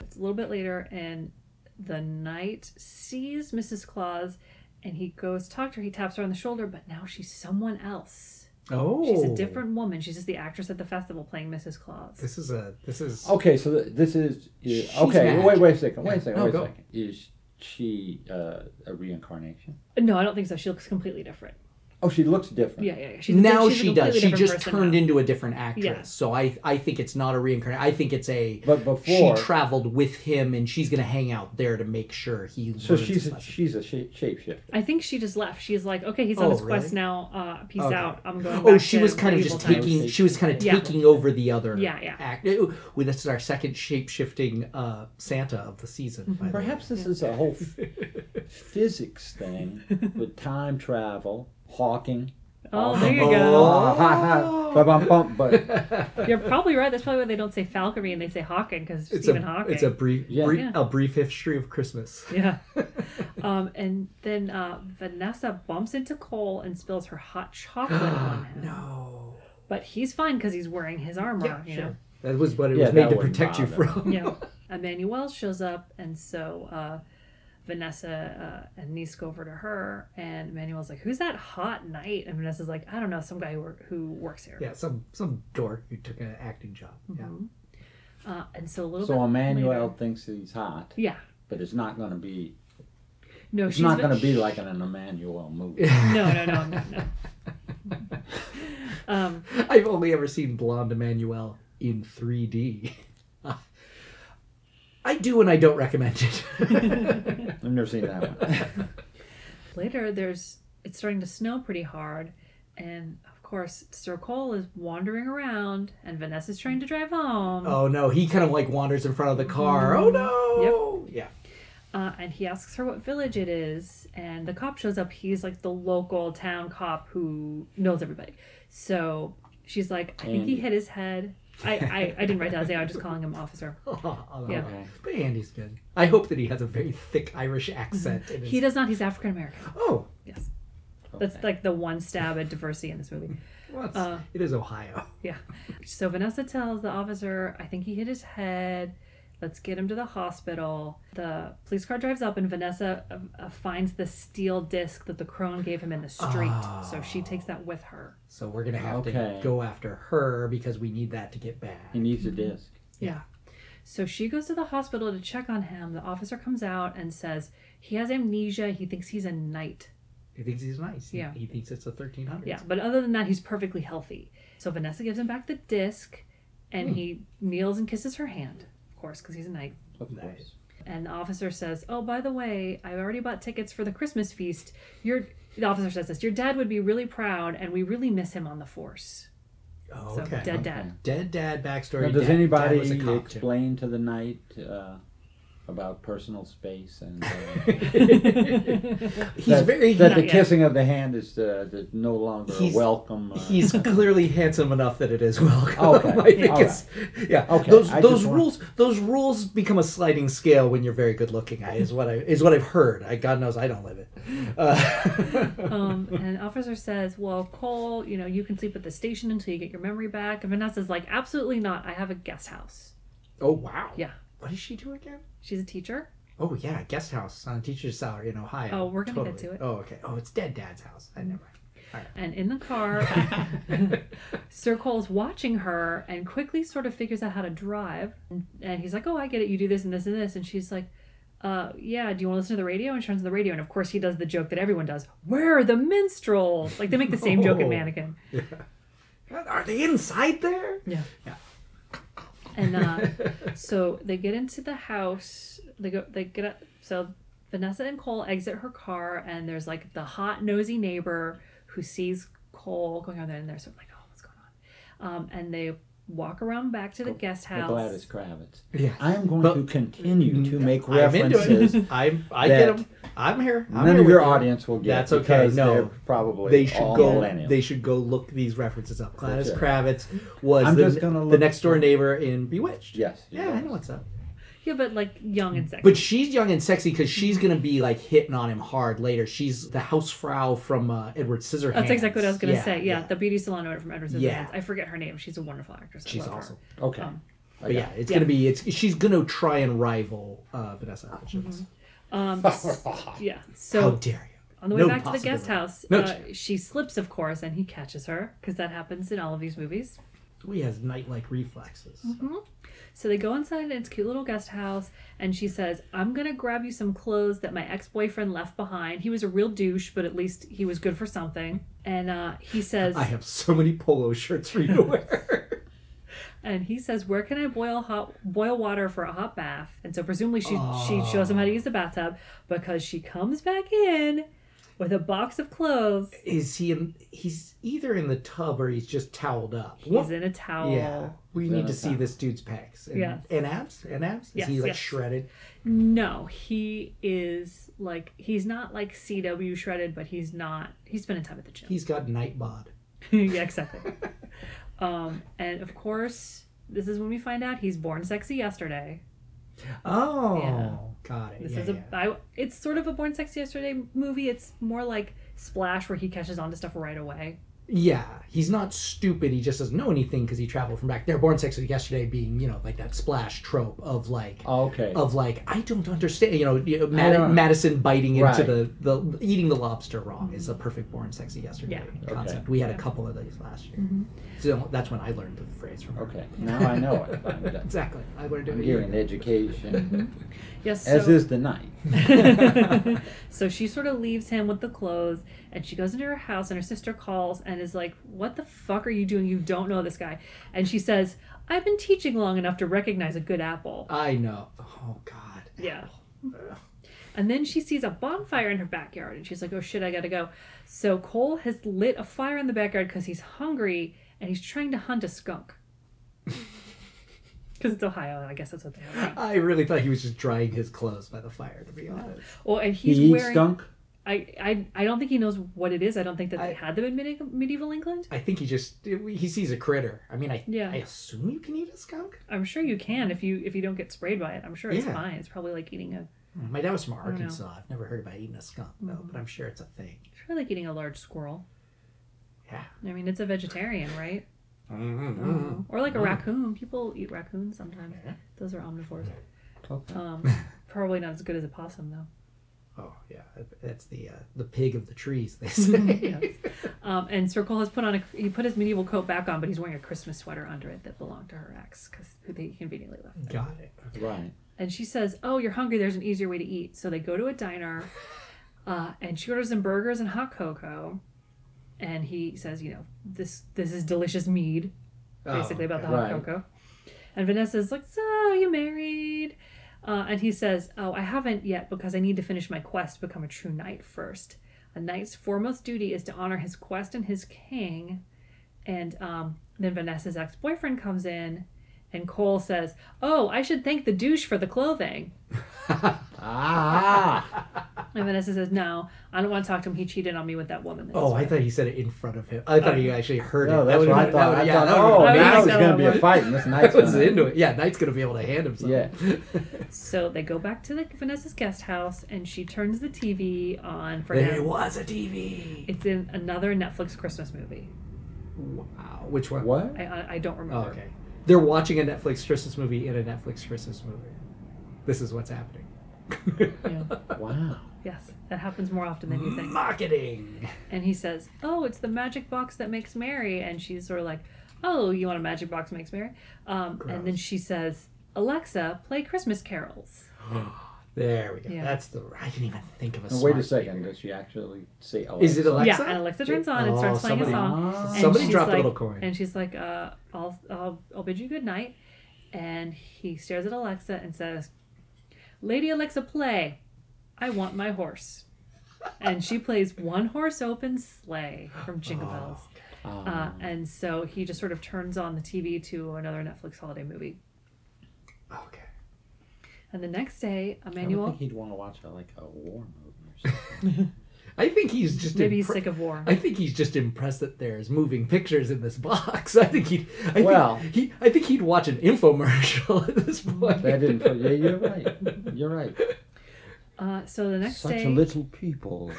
S2: It's a little bit later, and the knight sees Mrs. Claus, and he goes to talk to her. He taps her on the shoulder, but now she's someone else.
S3: Oh.
S2: She's a different woman. She's just the actress at the festival playing Mrs. Claus.
S3: This is a. This is.
S2: Oh,
S4: Okay, so th- this is, is
S3: She's
S4: okay.
S3: mad.
S4: Wait, wait a second. Wait a second.
S3: No,
S4: wait a
S3: go.
S4: second. Is she uh, a reincarnation?
S2: No, I don't think so. She looks completely different.
S4: Oh, she looks different.
S2: Yeah, yeah. yeah. She's,
S3: now
S2: she's a
S3: she does.
S2: completely
S3: She
S2: different
S3: just
S2: person
S3: turned
S2: now.
S3: into a different actress.
S2: Yeah.
S3: So I, I think it's not a reincarnation. I think it's a.
S4: But before,
S3: she traveled with him, and she's gonna hang out there to make sure he.
S4: so
S3: learns
S4: she's a,
S3: about it.
S4: she's a shape shapeshifter.
S2: I think she just left. She's like, okay, he's on
S3: Oh,
S2: his quest
S3: really?
S2: now. Uh, peace
S3: Okay.
S2: out. I'm going.
S3: Oh,
S2: back
S3: she
S2: to
S3: was kind of
S2: medieval
S3: just
S2: times."
S3: taking. She was kind of
S2: Yeah.
S3: taking over the other.
S2: Yeah, yeah.
S3: Act. Ooh, well, this is our second shape shifting uh, Santa of the season. by the way.
S4: Perhaps this is a whole f- physics thing with time travel, hawking.
S2: Oh, there you go.
S4: Ah, ha, ha. Ba-bum-bum. But
S2: You're probably right. That's probably why they don't say falconry and they say Hawking because
S3: It's
S2: Stephen
S3: a
S2: Hawking.
S3: it's a brief,
S4: Yeah.
S3: brief
S2: Yeah.
S3: a brief history of Christmas.
S2: yeah. Um, and then uh, Vanessa bumps into Cole and spills her hot chocolate on him.
S3: No,
S2: But he's fine because he's wearing his armor. you know.
S3: that was what it
S4: Yeah,
S3: was made
S4: that
S3: to
S4: wouldn't
S3: protect you
S4: bother.
S3: from.
S2: Yeah. Emmanuel shows up, and so uh, Vanessa uh, and niece go over to her, and Emmanuel's like, "Who's that hot knight?" And Vanessa's like, "I don't know, some guy who, wor- who works here."
S3: Yeah, some some dork who took an acting job. Yeah.
S2: Mhm. Uh, and so a little bit.
S4: so Emmanuel
S2: later-
S4: thinks he's hot,
S2: Yeah.
S4: but it's not going to be.
S2: No,
S4: It's
S2: she's
S4: not
S2: been-
S4: going to be like an Emmanuel movie.
S2: No, no, no, no, no. um,
S3: I've only ever seen Blonde Emmanuel in 3D. I do and I don't recommend it.
S4: I've never seen that one.
S2: later, there's it's starting to snow pretty hard, and of course, Sir Cole is wandering around, and Vanessa's trying to drive home,
S3: oh no, he kind of like wanders in front of the car.
S2: Mm-hmm.
S3: Oh no. Yep.
S2: uh, and he asks her what village it is, and the cop shows up. He's like the local town cop who knows everybody. So she's like, I think he
S4: Andy.
S2: hit his head. I, I, I didn't write down his name. I was just calling him officer.
S3: Yeah. Oh,
S2: Yeah.
S4: Okay.
S3: But Andy's good. I hope that he has a very thick Irish accent. In his...
S2: Mm-hmm. He does not. He's African American.
S3: Oh,
S2: Yes, that's like the one stab at diversity in this movie.
S3: well, it's-
S2: Uh.
S3: it is Ohio.
S2: Yeah. So Vanessa tells the officer, I think he hit his head. Let's get him to the hospital. The police car drives up, and Vanessa uh, uh, finds the steel disc that the crone gave him in the street. So she takes that with her.
S3: So we're gonna have
S4: Okay.
S3: to go after her because we need that to get back.
S4: He needs a disc.
S2: So she goes to the hospital to check on him. The officer comes out and says he has amnesia. He thinks he's a knight.
S3: He thinks he's nice. He-
S2: Yeah.
S3: He, thinks it's a 1300.
S2: Yeah, but other than that, he's perfectly healthy. So Vanessa gives him back the disc, and he kneels and kisses her hand, of course, because he's a knight.
S4: Of
S3: Nice.
S4: course.
S2: And the officer says, "Oh, by the way, I already bought tickets for the Christmas feast. Your the officer says this. Your dad would be really proud, and we really miss him on the force."
S3: Oh,
S2: So
S3: okay.
S2: dead
S4: okay.
S2: dad.
S3: Dead dad backstory.
S4: Now, does
S3: Dad- dad
S4: anybody
S3: was a cop, too.
S4: explain to the knight uh, about personal space and uh,
S3: He's
S4: that,
S3: very.
S4: that the
S2: Not yet.
S4: kissing of the hand is uh, that no longer
S3: He's-
S4: welcome? uh,
S3: He's clearly handsome enough that it is welcome.
S4: Okay.
S3: I think
S4: All
S3: it's, yeah.
S4: Okay.
S3: Those
S4: I
S3: those
S4: just want-
S3: rules those rules become a sliding scale when you're very good looking. I, is what I is what I've heard. I God knows I don't live it. Uh,
S2: um, and officer says, "Well, Cole, you know, you can sleep at the station until you get your memory back." And Vanessa's like, "Absolutely not. I have a guest house."
S3: oh wow.
S2: Yeah.
S3: What does she do again?
S2: She's a teacher.
S3: Oh yeah, guest house on a teacher's salary in Ohio.
S2: Oh, we're gonna get to it.
S3: Oh okay. Oh, it's dead dad's house. I never.
S2: And in the car, Sir Cole's watching her and quickly sort of figures out how to drive. And he's like, Oh, I get it. You do this and this and this. And she's like, uh, Yeah, do you want to listen to the radio? And she turns on the radio. And of course, he does the joke that everyone does Where are the minstrels? Like they make the same joke in
S3: Oh.
S2: Mannequin.
S3: mind. Are they inside there?
S2: Yeah. And uh, so they get into the house. They go. They get up. So Vanessa and Cole exit her car, and there's like the hot nosy neighbor who sees Cole going on there, and they're sort of like, "Oh, what's going on?" Um, and they walk around back to the guest
S4: by
S2: house.
S4: Gladys Kravitz.
S3: Yeah.
S4: I'm going
S3: But- Mm,
S4: to continue to make
S3: I'm into
S4: references.
S3: it. I'm. I get
S4: that
S3: 'em. I'm here. I'm
S4: None
S3: here
S4: of
S3: with
S4: your
S3: you.
S4: audience will get.
S3: That's okay,
S4: because
S3: no.
S4: they're probably
S3: They should
S4: all
S3: go.
S4: millennials.
S3: They should go look these references up. Gladys
S4: Okay.
S3: Kravitz was
S4: I'm
S3: the,
S4: just gonna
S3: the
S4: look-
S3: next door neighbor in Bewitched.
S4: Yes.
S3: Yeah, I know what's up.
S2: Yeah, but like young and sexy.
S3: But she's young and sexy because she's gonna be like hitting on him hard later. She's the housefrau from uh, Edward Scissorhands.
S2: that's exactly what I was gonna say. Yeah,
S3: yeah.
S2: the beauty salon owner from Edward Scissorhands.
S3: Yeah.
S2: I forget her name. She's a wonderful actress. I
S3: She's
S2: love her.
S3: awesome.
S4: Okay.
S2: Um,
S3: But yeah, it's
S2: Yeah.
S3: gonna be. It's she's gonna try and rival uh, Vanessa Hutchins.
S2: Um, yeah. So
S3: How dare you?
S2: On the way
S3: No
S2: back to the guest
S3: possibility.
S2: house,
S3: No
S2: uh, she slips, of course, and he catches her because that happens in all of these movies.
S3: He has night-like reflexes.
S2: So they go inside and it's a cute little guest house, and she says, "I'm gonna grab you some clothes that my ex-boyfriend left behind. He was a real douche, but at least he was good for something." And uh, he says,
S3: I have so many polo shirts for you to wear.
S2: and he says, "Where can I boil hot boil water for a hot bath?" And so presumably she she shows him how to use the bathtub because she comes back in with a box of clothes.
S3: Is he? In, he's either in the tub or he's just toweled up.
S2: He's in a towel.
S3: Yeah, we
S4: He's in
S3: need
S4: a
S3: to see
S4: towel.
S3: this dude's pecs. And,
S2: Yes.
S3: and abs, and abs. Is
S2: Yes,
S3: he like
S2: yes.
S3: shredded?
S2: No, he is like he's not like CW shredded, but he's not. He's spending time at the gym.
S3: He's got night bod.
S2: yeah, exactly. um, and of course, this is when we find out he's born sexy yesterday.
S3: Oh,
S2: Yeah.
S3: got it.
S2: This
S3: yeah,
S2: is a.
S3: yeah.
S2: I- it's sort of a born sexy yesterday movie. It's more like Splash, where he catches on to stuff right away.
S3: yeah, he's not stupid. He just doesn't know anything because he traveled from back there. Born sexy yesterday, being you know like that splash trope of like.
S4: Oh, Okay.
S3: Of like, I don't understand. You know, you know, Mad-
S4: don't-
S3: Madison biting
S4: Right.
S3: into the, the eating the lobster wrong is a perfect born sexy yesterday
S2: Yeah.
S3: concept.
S4: Okay.
S3: We had a couple of these last year,
S2: Mm-hmm.
S3: so that's when I learned the phrase from. her.
S4: okay. Now I know it. I'm, done.
S3: Exactly, I learned it.
S4: I'm
S3: a year
S4: hearing education,
S2: Yes.
S4: as
S2: so-
S4: is the knight.
S2: so she sort of leaves him with the clothes and she goes into her house and her sister calls and is like, What the fuck are you doing? You don't know this guy. And she says, I've been teaching long enough to recognize a good apple.
S3: I know. Oh God.
S2: Yeah. And then she sees a bonfire in her backyard and she's like, Oh shit, I gotta go. So Cole has lit a fire in the backyard because he's hungry and he's trying to hunt a skunk. Because it's Ohio, and I guess that's what they have.
S3: I really thought he was just drying his clothes by the fire, to be honest.
S2: Well, and he's
S4: He eats
S2: wearing.
S4: skunk.
S2: I, I I don't think he knows what it is. I don't think that they
S3: I-
S2: had them in medi- medieval England.
S3: I think he just he sees a critter. I mean, I
S2: Yeah.
S3: I assume you can eat a skunk.
S2: I'm sure you can if you if you don't get sprayed by it. I'm sure it's
S3: Yeah.
S2: fine. It's probably like eating a I'm
S3: My dad was from
S2: don't know. Mm-hmm.
S3: Arkansas. I've never heard about eating a skunk though, but I'm sure it's a thing.
S2: sure like eating a large squirrel.
S3: Yeah.
S2: I mean, it's a vegetarian, right?
S4: Mm-hmm.
S2: Or like a raccoon. People eat raccoons sometimes. Those are omnivores.
S4: Okay.
S2: Um, probably not as good as a possum though.
S3: Oh yeah, that's the uh, the pig of the trees. They say.
S2: Yes. um, and Sir Cole has put on a he put his medieval coat back on, but he's wearing a Christmas sweater under it that belonged to her ex because they conveniently left.
S3: Got it.
S4: Right.
S2: And she says, Oh, you're hungry. There's an easier way to eat. So they go to a diner uh, and she orders them burgers and hot cocoa. And he says, You know, this this is delicious mead, basically about the hot
S4: Right.
S2: cocoa. And Vanessa's like, So, you married? Uh, and he says, Oh, I haven't yet because I need to finish my quest to become a true knight first. A knight's foremost duty is to honor his quest and his king. And um, Then Vanessa's ex boyfriend comes in, and Cole says, Oh, I should thank the douche for the clothing.
S4: Ah!
S2: And Vanessa says, No, I don't want to talk to him. He cheated on me with that woman.
S3: Oh, I thought he said it in front of him. I thought he actually heard it.
S4: Uh, No, that's
S3: That
S4: what I
S3: would've-
S4: thought.
S3: that
S4: I
S3: would've-
S4: thought,
S3: that
S4: oh,
S3: would've been
S4: now
S2: amazing.
S3: amazing.
S4: there's going to be a fight, and this night's
S3: That was
S4: gonna-
S3: into it. Yeah, Knight's gonna be able to hand him something.
S4: Yeah.
S2: So they go back to the Vanessa's guest house, and she turns the TV on for
S3: There
S2: him.
S3: was a TV.
S2: It's in another Netflix Christmas movie.
S3: Wow. Which one?
S4: What?
S2: I- I, I don't
S3: Oh,
S2: remember.
S3: okay. They're watching a Netflix Christmas movie in a Netflix Christmas movie. This is what's happening.
S4: Wow.
S2: Yes, that happens more often than you think.
S3: Marketing.
S2: And he says, "Oh, it's the magic box that makes Mary." And she's sort of like, "Oh, you want a magic box that makes Mary?" Um, and then she says, "Alexa, play Christmas carols."
S3: There we go.
S2: Yeah.
S3: That's the. I didn't even think of a.
S4: Now, wait a
S3: smart
S4: second. Does she actually say oh, Alexa?
S3: Is it Alexa?
S2: Yeah, and Alexa turns on and
S3: Oh,
S2: starts playing
S3: somebody-
S2: a song.
S4: Ah.
S2: And
S3: Somebody
S2: she's
S3: dropped
S2: like-
S3: a little coin.
S2: And she's like, uh, I'll, I'll, I'll bid you good night. And he stares at Alexa and says, Lady Alexa, play. I want my horse. And she plays One Horse Open Sleigh from
S3: Oh,
S2: Jingle Bells. Uh, and so he just sort of turns on the TV to another Netflix holiday movie.
S3: Okay.
S2: And the next day,
S4: I would
S2: Emmanuel,
S4: think he'd want to watch a, like a war movie or something.
S3: I think he's just.
S2: maybe he's
S3: impre-
S2: sick of war.
S3: I think he's just impressed that there's moving pictures in this box. I think he'd. I
S4: Well-
S3: think he. I think he'd watch an infomercial at this point.
S4: that didn't. Yeah, you're right. You're right.
S2: Uh, so the next
S4: Such
S2: day,
S4: a little people.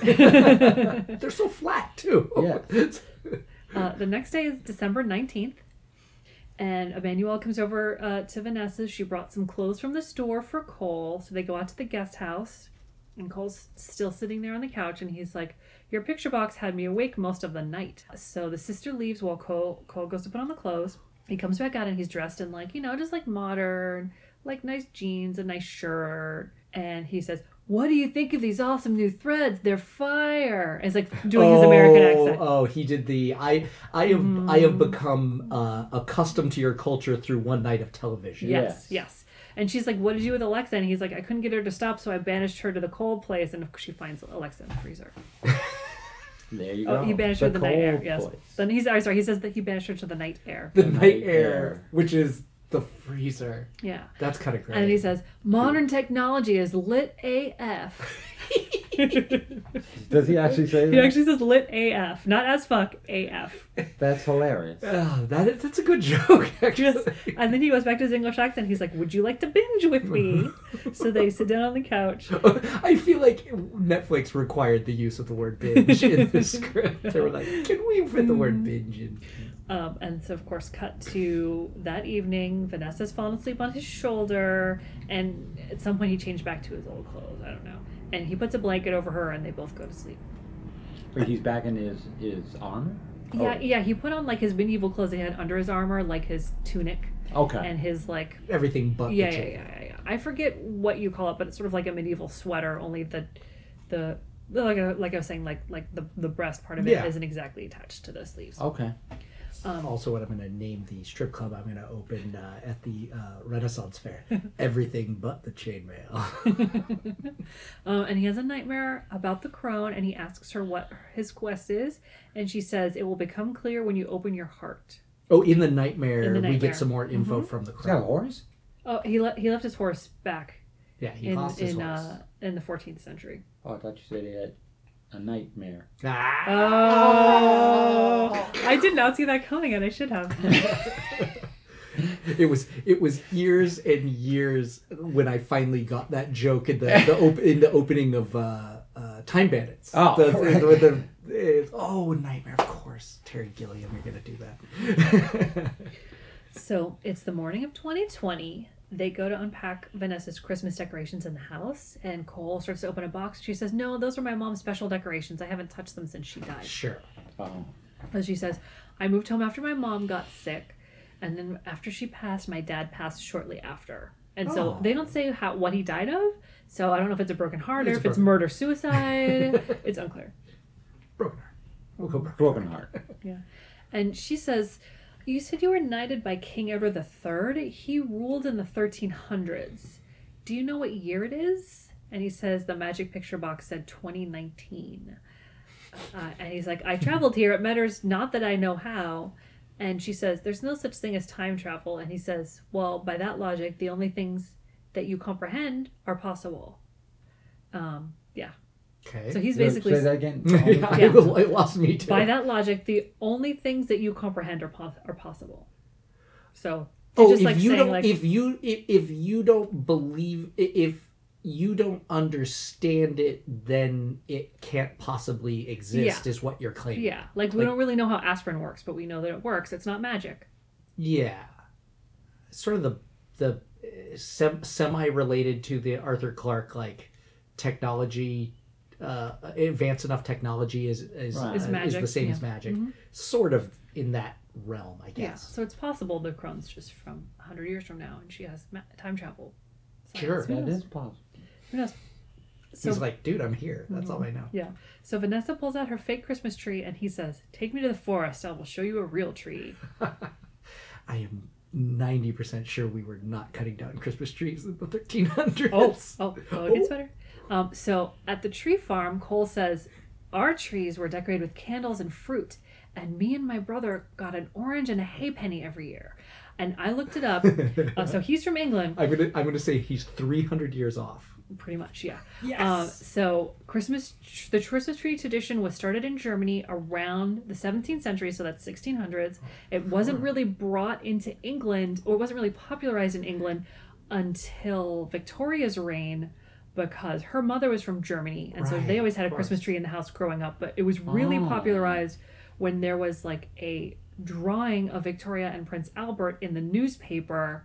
S3: They're so flat too.
S4: Yeah.
S2: Uh, the next day is December 19th, and Emmanuel comes over uh, to Vanessa. She brought some clothes from the store for Cole, so they go out to the guest house. And Cole's still sitting there on the couch, and he's like, Your picture box had me awake most of the night. So the sister leaves while Cole, Cole goes to put on the clothes. He comes back out, and he's dressed in, like, you know, just like modern, like nice jeans, a nice shirt. And he says, What do you think of these awesome new threads? They're fire. And he's like doing his American accent. Mm.
S3: Oh, he did the I I have I have become uh, accustomed to your culture through one night of television.
S2: Yes,
S4: Yes.
S2: yes. And she's like, "What did you do with Alexa?" And he's like, "I couldn't get her to stop, so I banished her to the cold place." And she finds Alexa in the freezer.
S4: There you go.
S2: Oh, he banished her to the night air.
S4: cold
S2: Yes.
S4: place.
S2: Then he's I'm sorry. He says that he banished her to the night air.
S3: The
S4: night
S3: night air,
S4: air.
S3: which is the freezer.
S2: Yeah.
S3: That's kind of great.
S2: And he says, "Modern technology is lit AF."
S4: Does he actually say
S2: he
S4: that?
S2: actually says lit AF, not as fuck AF.
S4: That's hilarious.
S3: oh, that is, that's a good joke. Actually,
S2: And then he goes back to his English accent. He's like, "Would you like to binge with me?" so they sit down on the couch.
S3: I feel like Netflix required the use of the word binge in the script. They were like, "Can we fit the word binge in?"
S2: Um, and so, of course, cut to that evening. Vanessa's fallen asleep on his shoulder, and at some point he changed back to his old clothes. I don't know. And he puts a blanket over her, and they both go to sleep.
S4: Wait, he's back in his his armor.
S2: Yeah, yeah. He put on like his medieval clothes he had under his armor, like his tunic
S4: Oh, Okay.
S2: and his like.
S3: Everything but
S2: Yeah,
S3: the
S2: yeah,
S3: chain.
S2: yeah, yeah, yeah. I forget what you call it, but it's sort of like a medieval sweater, only the, the like I, like I was saying, like like the the breast part of it
S3: Yeah.
S2: not exactly attached to the sleeves.
S4: okay.
S3: Also, what I'm going to name the strip club I'm going to open uh, at the uh, Renaissance Fair. Everything but the chainmail.
S2: Um, and he has a nightmare about the crone, and he asks her what his quest is, and she says, "It will become clear when you open your heart."
S3: oh, in the nightmare,
S2: In the
S3: we
S2: nightmare. Mm-hmm.
S3: get some more info from the
S4: He's got a
S3: crown.
S4: horse.
S2: Oh, he le- he left his horse back
S3: Yeah, he
S2: in
S3: lost his
S2: in
S3: horse.
S2: uh, in the 14th century.
S4: Oh, I thought you said he had a nightmare.
S3: Ah,
S2: Oh, I did not see that coming, and I should have.
S3: it was it was years and years when I finally got that joke in the, the op- in the opening of uh, uh, Time Bandits.
S4: Oh,
S3: The-
S4: right.
S3: the- the- it's- oh, nightmare! Of course, Terry Gilliam, you're going to do that.
S2: so it's the morning of 2020. They go to unpack Vanessa's Christmas decorations in the house, and Cole starts to open a box. She says, "No, those are my mom's special decorations. I haven't touched them since she died."
S3: sure.
S4: Oh,
S2: As she says, I moved home after my mom got sick, and then after she passed, my dad passed shortly after. And so
S3: Oh.
S2: they don't say how what he died of. So I don't know if it's a broken heart or
S3: It's
S2: if it's
S3: broken.
S2: murder suicide. it's unclear.
S3: Broken heart. We'll go broken.
S4: broken heart.
S2: And she says, "You said you were knighted by King Edward the Third. He ruled in the 1300s. Do you know what year it is?" And he says, "The magic picture box said 2019." Uh, and he's like, "I traveled here. It matters not that I know how." And she says, There's no such thing as time travel. And he says, Well, by that logic, the only things that you comprehend are possible. Um, yeah.
S3: Okay.
S2: So he's
S4: Look,
S2: basically
S4: Eh, say that again.
S3: yeah,
S2: Yeah.
S3: It lost me too.
S2: by that logic, the only things that you comprehend are, pos- are possible. So it's
S3: oh,
S2: just
S3: if
S2: like
S3: you
S2: saying,
S3: don't,
S2: like,
S3: if you, if, if you don't believe, i- if you don't understand it, then it can't possibly exist. Is what you're claiming.
S2: yeah, like we
S3: like-
S2: don't really know how aspirin works, but we know that it works. It's not magic.
S3: Yeah, sort of the the uh, sem- semi related to the Arthur Clarke like technology. Uh, advanced enough technology is is,
S4: Right.
S2: Is
S3: is,
S2: magic,
S3: the same
S2: yeah. Mm-hmm.
S3: as magic, sort of in that realm, I
S2: Yeah.
S3: guess.
S2: So it's possible that Crohn's just from 100 years from now and she has ma- time travel. Science.
S3: Sure.
S2: Who
S4: That
S2: knows?
S4: is possible.
S2: Who knows? So, Mm-hmm.
S3: He's like, dude, I'm here. That's all I know.
S2: yeah. So Vanessa pulls out her fake Christmas tree and he says, Take me to the forest. I will show you a real tree.
S3: I am ninety percent sure we were not cutting down Christmas trees in the thirteen hundreds.
S2: Oh, oh, oh, it gets better. Um, so at the tree farm, Cole says, Our trees were decorated with candles and fruit, and me and my brother got an orange and a haypenny every year. And I looked it up. Uh, so he's from England,
S3: I'm gonna I'm gonna say he's three hundred years off.
S2: pretty much, yeah. Um, so Christmas, tr- the Christmas tree tradition was started in Germany around the 17th century, so that's 1600s. It wasn't really brought into England, or it wasn't really popularized in England until Victoria's reign, because her mother was from Germany, and so
S3: Right,
S2: they always had a
S3: of course. Oh.
S2: Christmas tree in the house growing up. But it was really
S4: Ah.
S2: popularized when there was like a drawing of Victoria and Prince Albert in the newspaper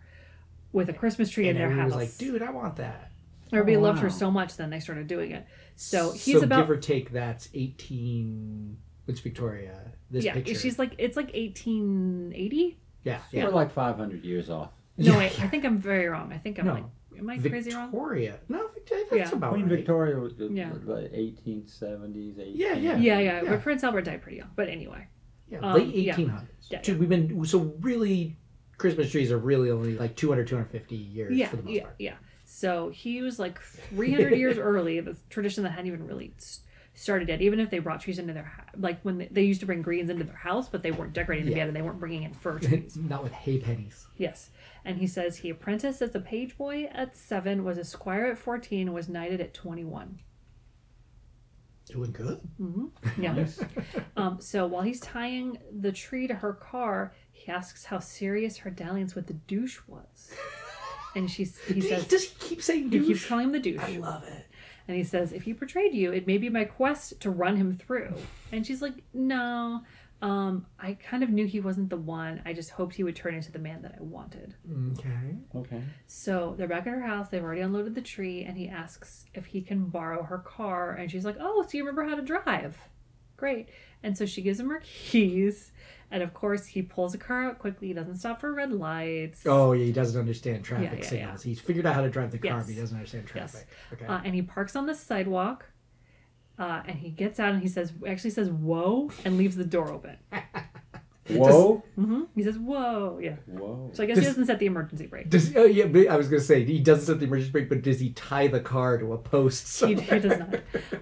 S2: with a Christmas tree in
S3: and
S2: their
S3: everybody
S2: house.
S3: was like, dude, I want that.
S2: Everybody
S4: Oh,
S2: loved her
S4: wow.
S2: so much, then they started doing it. So he's
S3: so
S2: about
S3: give or take that's eighteen. It's Victoria. This
S2: yeah.
S3: picture.
S2: She's like it's like 1880.
S3: yeah
S4: We're
S3: yeah.
S4: like 500 years off.
S2: No, wait, I think I'm very wrong. I think I'm
S3: No.
S2: like, am I crazy wrong?
S3: Victoria. No, Victoria. That's
S2: Yeah.
S3: about
S4: Queen
S3: Oh, right.
S4: Victoria was the,
S2: Yeah.
S4: the 1870s. 18,
S3: Yeah, yeah.
S2: Yeah, yeah,
S3: Yeah.
S2: But Prince Albert died pretty young. But anyway,
S3: Yeah,
S2: Um,
S3: late
S2: yeah.
S3: 1800s.
S2: Yeah,
S3: Dude, we've been so really. Christmas trees are really only like 200, 250 years
S2: yeah,
S3: for the most
S2: yeah,
S3: part.
S2: yeah. So he was like 300 years early. The tradition that hadn't even really s- started yet. Even if they brought trees into their ha- like when they, they used to bring greens into their house, but they weren't decorating them
S3: Yeah.
S2: yet, and they weren't bringing in fir trees.
S3: Not with hay pennies.
S2: Yes. And he says he apprenticed as a page boy at seven, was a squire at 14, and was knighted at 21.
S3: Doing good.
S2: Yeah. um, so while he's tying the tree to her car, he asks how serious her dalliance with the douche was. And she, he
S3: Does
S2: says,
S3: he, does he keep saying
S2: he
S3: douche?
S2: keeps calling him the douche.
S3: I love it.
S2: And he says, if he betrayed you, it may be my quest to run him through. And she's like, no, um, I kind of knew he wasn't the one. I just hoped he would turn into the man that I wanted.
S3: Okay.
S4: Okay.
S2: So they're back at her house. They've already unloaded the tree, and he asks if he can borrow her car. And she's like, "Oh, so you remember how to drive? Great!" And so she gives him her keys, and of course he pulls the car out quickly. He doesn't stop for red lights.
S3: Oh, yeah, he doesn't understand traffic
S2: yeah, yeah.
S3: signals. He's figured out how to drive the car,
S2: Yes.
S3: but he doesn't understand
S2: Yes.
S3: traffic. Okay.
S2: Uh, and he parks on the sidewalk. Uh, and he gets out and he says, actually says, "Whoa!" and leaves the door open.
S4: Whoa.
S2: hmm He says, "Whoa!" Yeah.
S4: Whoa.
S2: So I guess he doesn't set the emergency brake.
S3: does, oh, yeah, but I was going to say, he doesn't set the emergency brake, but does he tie the car to a post?
S2: he,
S3: somewhere?
S2: he does not.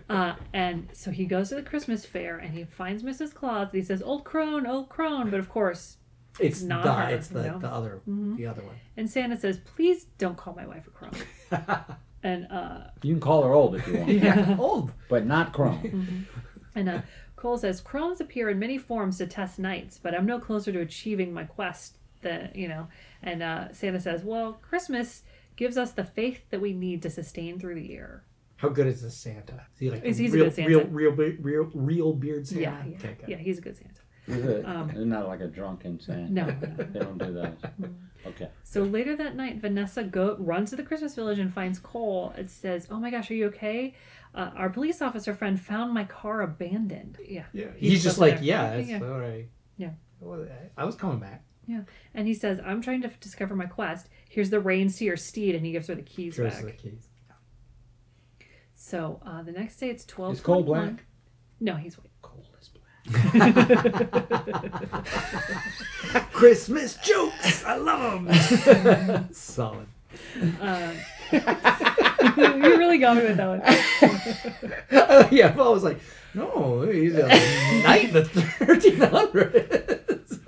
S2: Uh, and so he goes to the Christmas fair and he finds Mrs. Claus and he says, "Old crone, old crone," but of course,
S3: It's
S2: Not
S3: the,
S2: her,
S3: it's the,
S2: no.
S3: the other
S2: Mm-hmm.
S3: the other one.
S2: and Santa says, "Please don't call my wife a crone." and uh,
S4: You can call her old if you want,
S3: Yeah. Old.
S4: but not Chrome.
S2: and uh, Cole says, "Crones appear in many forms to test knights, but I'm no closer to achieving my quest than you know." And uh, Santa says, "Well, Christmas." Gives us the faith that we need to sustain through the year.
S3: How good is this Santa? Is he like
S2: He's-
S3: a
S2: he's a
S3: real,
S2: good Santa.
S3: real, real, be- real, real beard Santa?
S2: Yeah, yeah,
S3: Okay, good.
S2: yeah he's a good Santa.
S4: Is it- it's not like a drunken Santa.
S2: Um, No, no,
S4: They don't do those. Okay.
S2: So later that night, Vanessa go runs to the Christmas village and finds Cole. It says, "Oh my gosh, are you okay? Uh, our police officer friend found my car abandoned." Yeah,
S3: Yeah,
S2: He's
S3: he's, just
S2: still
S3: like,
S2: there.
S3: yeah, it's
S2: Yeah.
S3: all right.
S2: Yeah.
S3: Well, I I was coming back.
S2: yeah. And he says, "I'm trying to f- discover my quest. Here's the reins to your steed," and he gives her the keys
S3: Throws
S2: back.
S3: the keys.
S2: So uh, the next day, it's twelve.
S4: Is Cole black?
S2: No, he's white.
S4: Cole is black.
S3: Christmas jokes. I love them. Solid.
S2: you really got me with that one.
S3: Oh, yeah, Paul was like, no, he's a knight in the 1300s.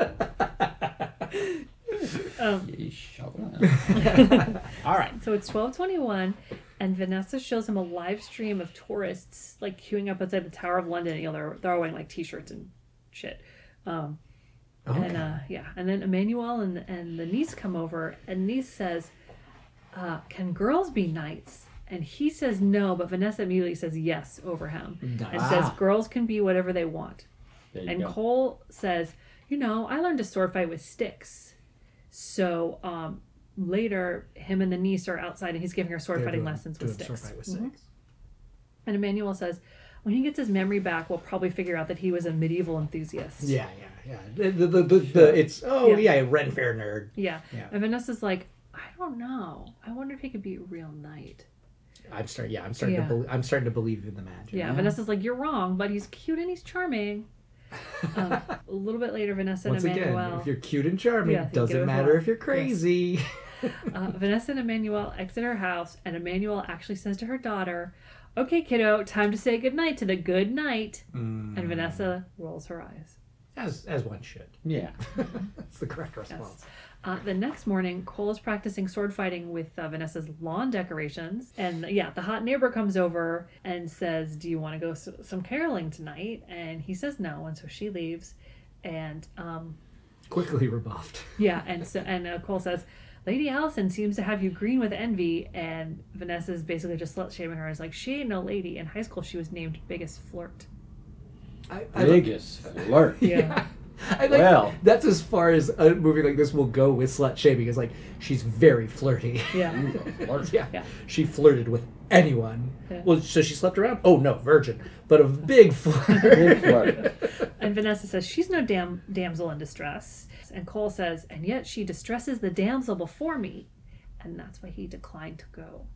S2: Um,
S4: You shove
S1: All right.
S2: so it's 1221 and vanessa shows him a live stream of tourists like queuing up outside the tower of london you know they're, they're all wearing like t-shirts and shit um and uh yeah and then emmanuel and and the niece come over and niece says uh can girls be knights and he says no but vanessa immediately says yes over him and says
S5: Ah.
S2: girls can be whatever they want
S4: There you
S2: and
S4: go.
S2: Cole says, "You know, I learned to sword fight with sticks." So um, later, him and the niece are outside, and he's giving her sword
S3: They're
S2: fighting
S3: doing-
S2: lessons with
S3: doing sword
S2: sticks. Mm-hmm.
S3: fight with sticks.
S2: And Emmanuel says, "When he gets his memory back, we'll probably figure out that he was a medieval enthusiast."
S3: Yeah, yeah, yeah. The, the, the, the, it's, oh,
S2: Yeah.
S3: yeah, Ren Fair nerd.
S2: Yeah.
S3: Yeah.
S2: And Vanessa's like, "I don't know. I wonder if he could be a real knight."
S3: I'm starting, yeah, I'm starting
S2: Yeah.
S3: to believe, I'm starting to believe in the magic.
S2: Yeah. Vanessa's like, "You're wrong, but he's cute and he's charming." um, a little bit later, Vanessa
S3: Once
S2: and
S3: again,
S2: Emmanuel.
S3: if you're cute and charming,
S2: Yeah, you get
S3: doesn't
S2: it
S3: matter
S2: wrong.
S3: if you're crazy.
S2: Uh, Vanessa and Emmanuel exit her house, and Emmanuel actually says to her daughter, Okay, kiddo, time to say goodnight to the good night.
S3: Mm.
S2: And Vanessa rolls her eyes.
S3: As, as one should.
S4: Yeah.
S3: That's the correct response.
S2: Uh, the next morning, Cole is practicing sword fighting with uh, Vanessa's lawn decorations. And uh, yeah, the hot neighbor comes over and says, Do you want to go s- some caroling tonight? And he says no. And so she leaves. And um,
S3: Quickly rebuffed.
S2: Yeah, and so and uh, Cole says, "Lady Allison seems to have you green with envy," and Vanessa's basically just slut shaming her. Is like, "She ain't no lady." In high school, she was named biggest flirt.
S5: I, I like,
S4: Biggest flirt.
S2: Yeah,
S5: I like
S4: Well.
S5: that's as far as a movie like this will go with slut shaming. Is like she's very flirty.
S2: yeah,
S4: Flirt.
S5: yeah.
S2: Yeah.
S5: she flirted with anyone.
S2: Yeah.
S3: Well, so she slept around? Oh, no, virgin. But a big flirt.
S4: Big flirt.
S2: and Vanessa says she's no damn damsel in distress, and Cole says, "And yet she distresses the damsel before me," and that's why he declined to go.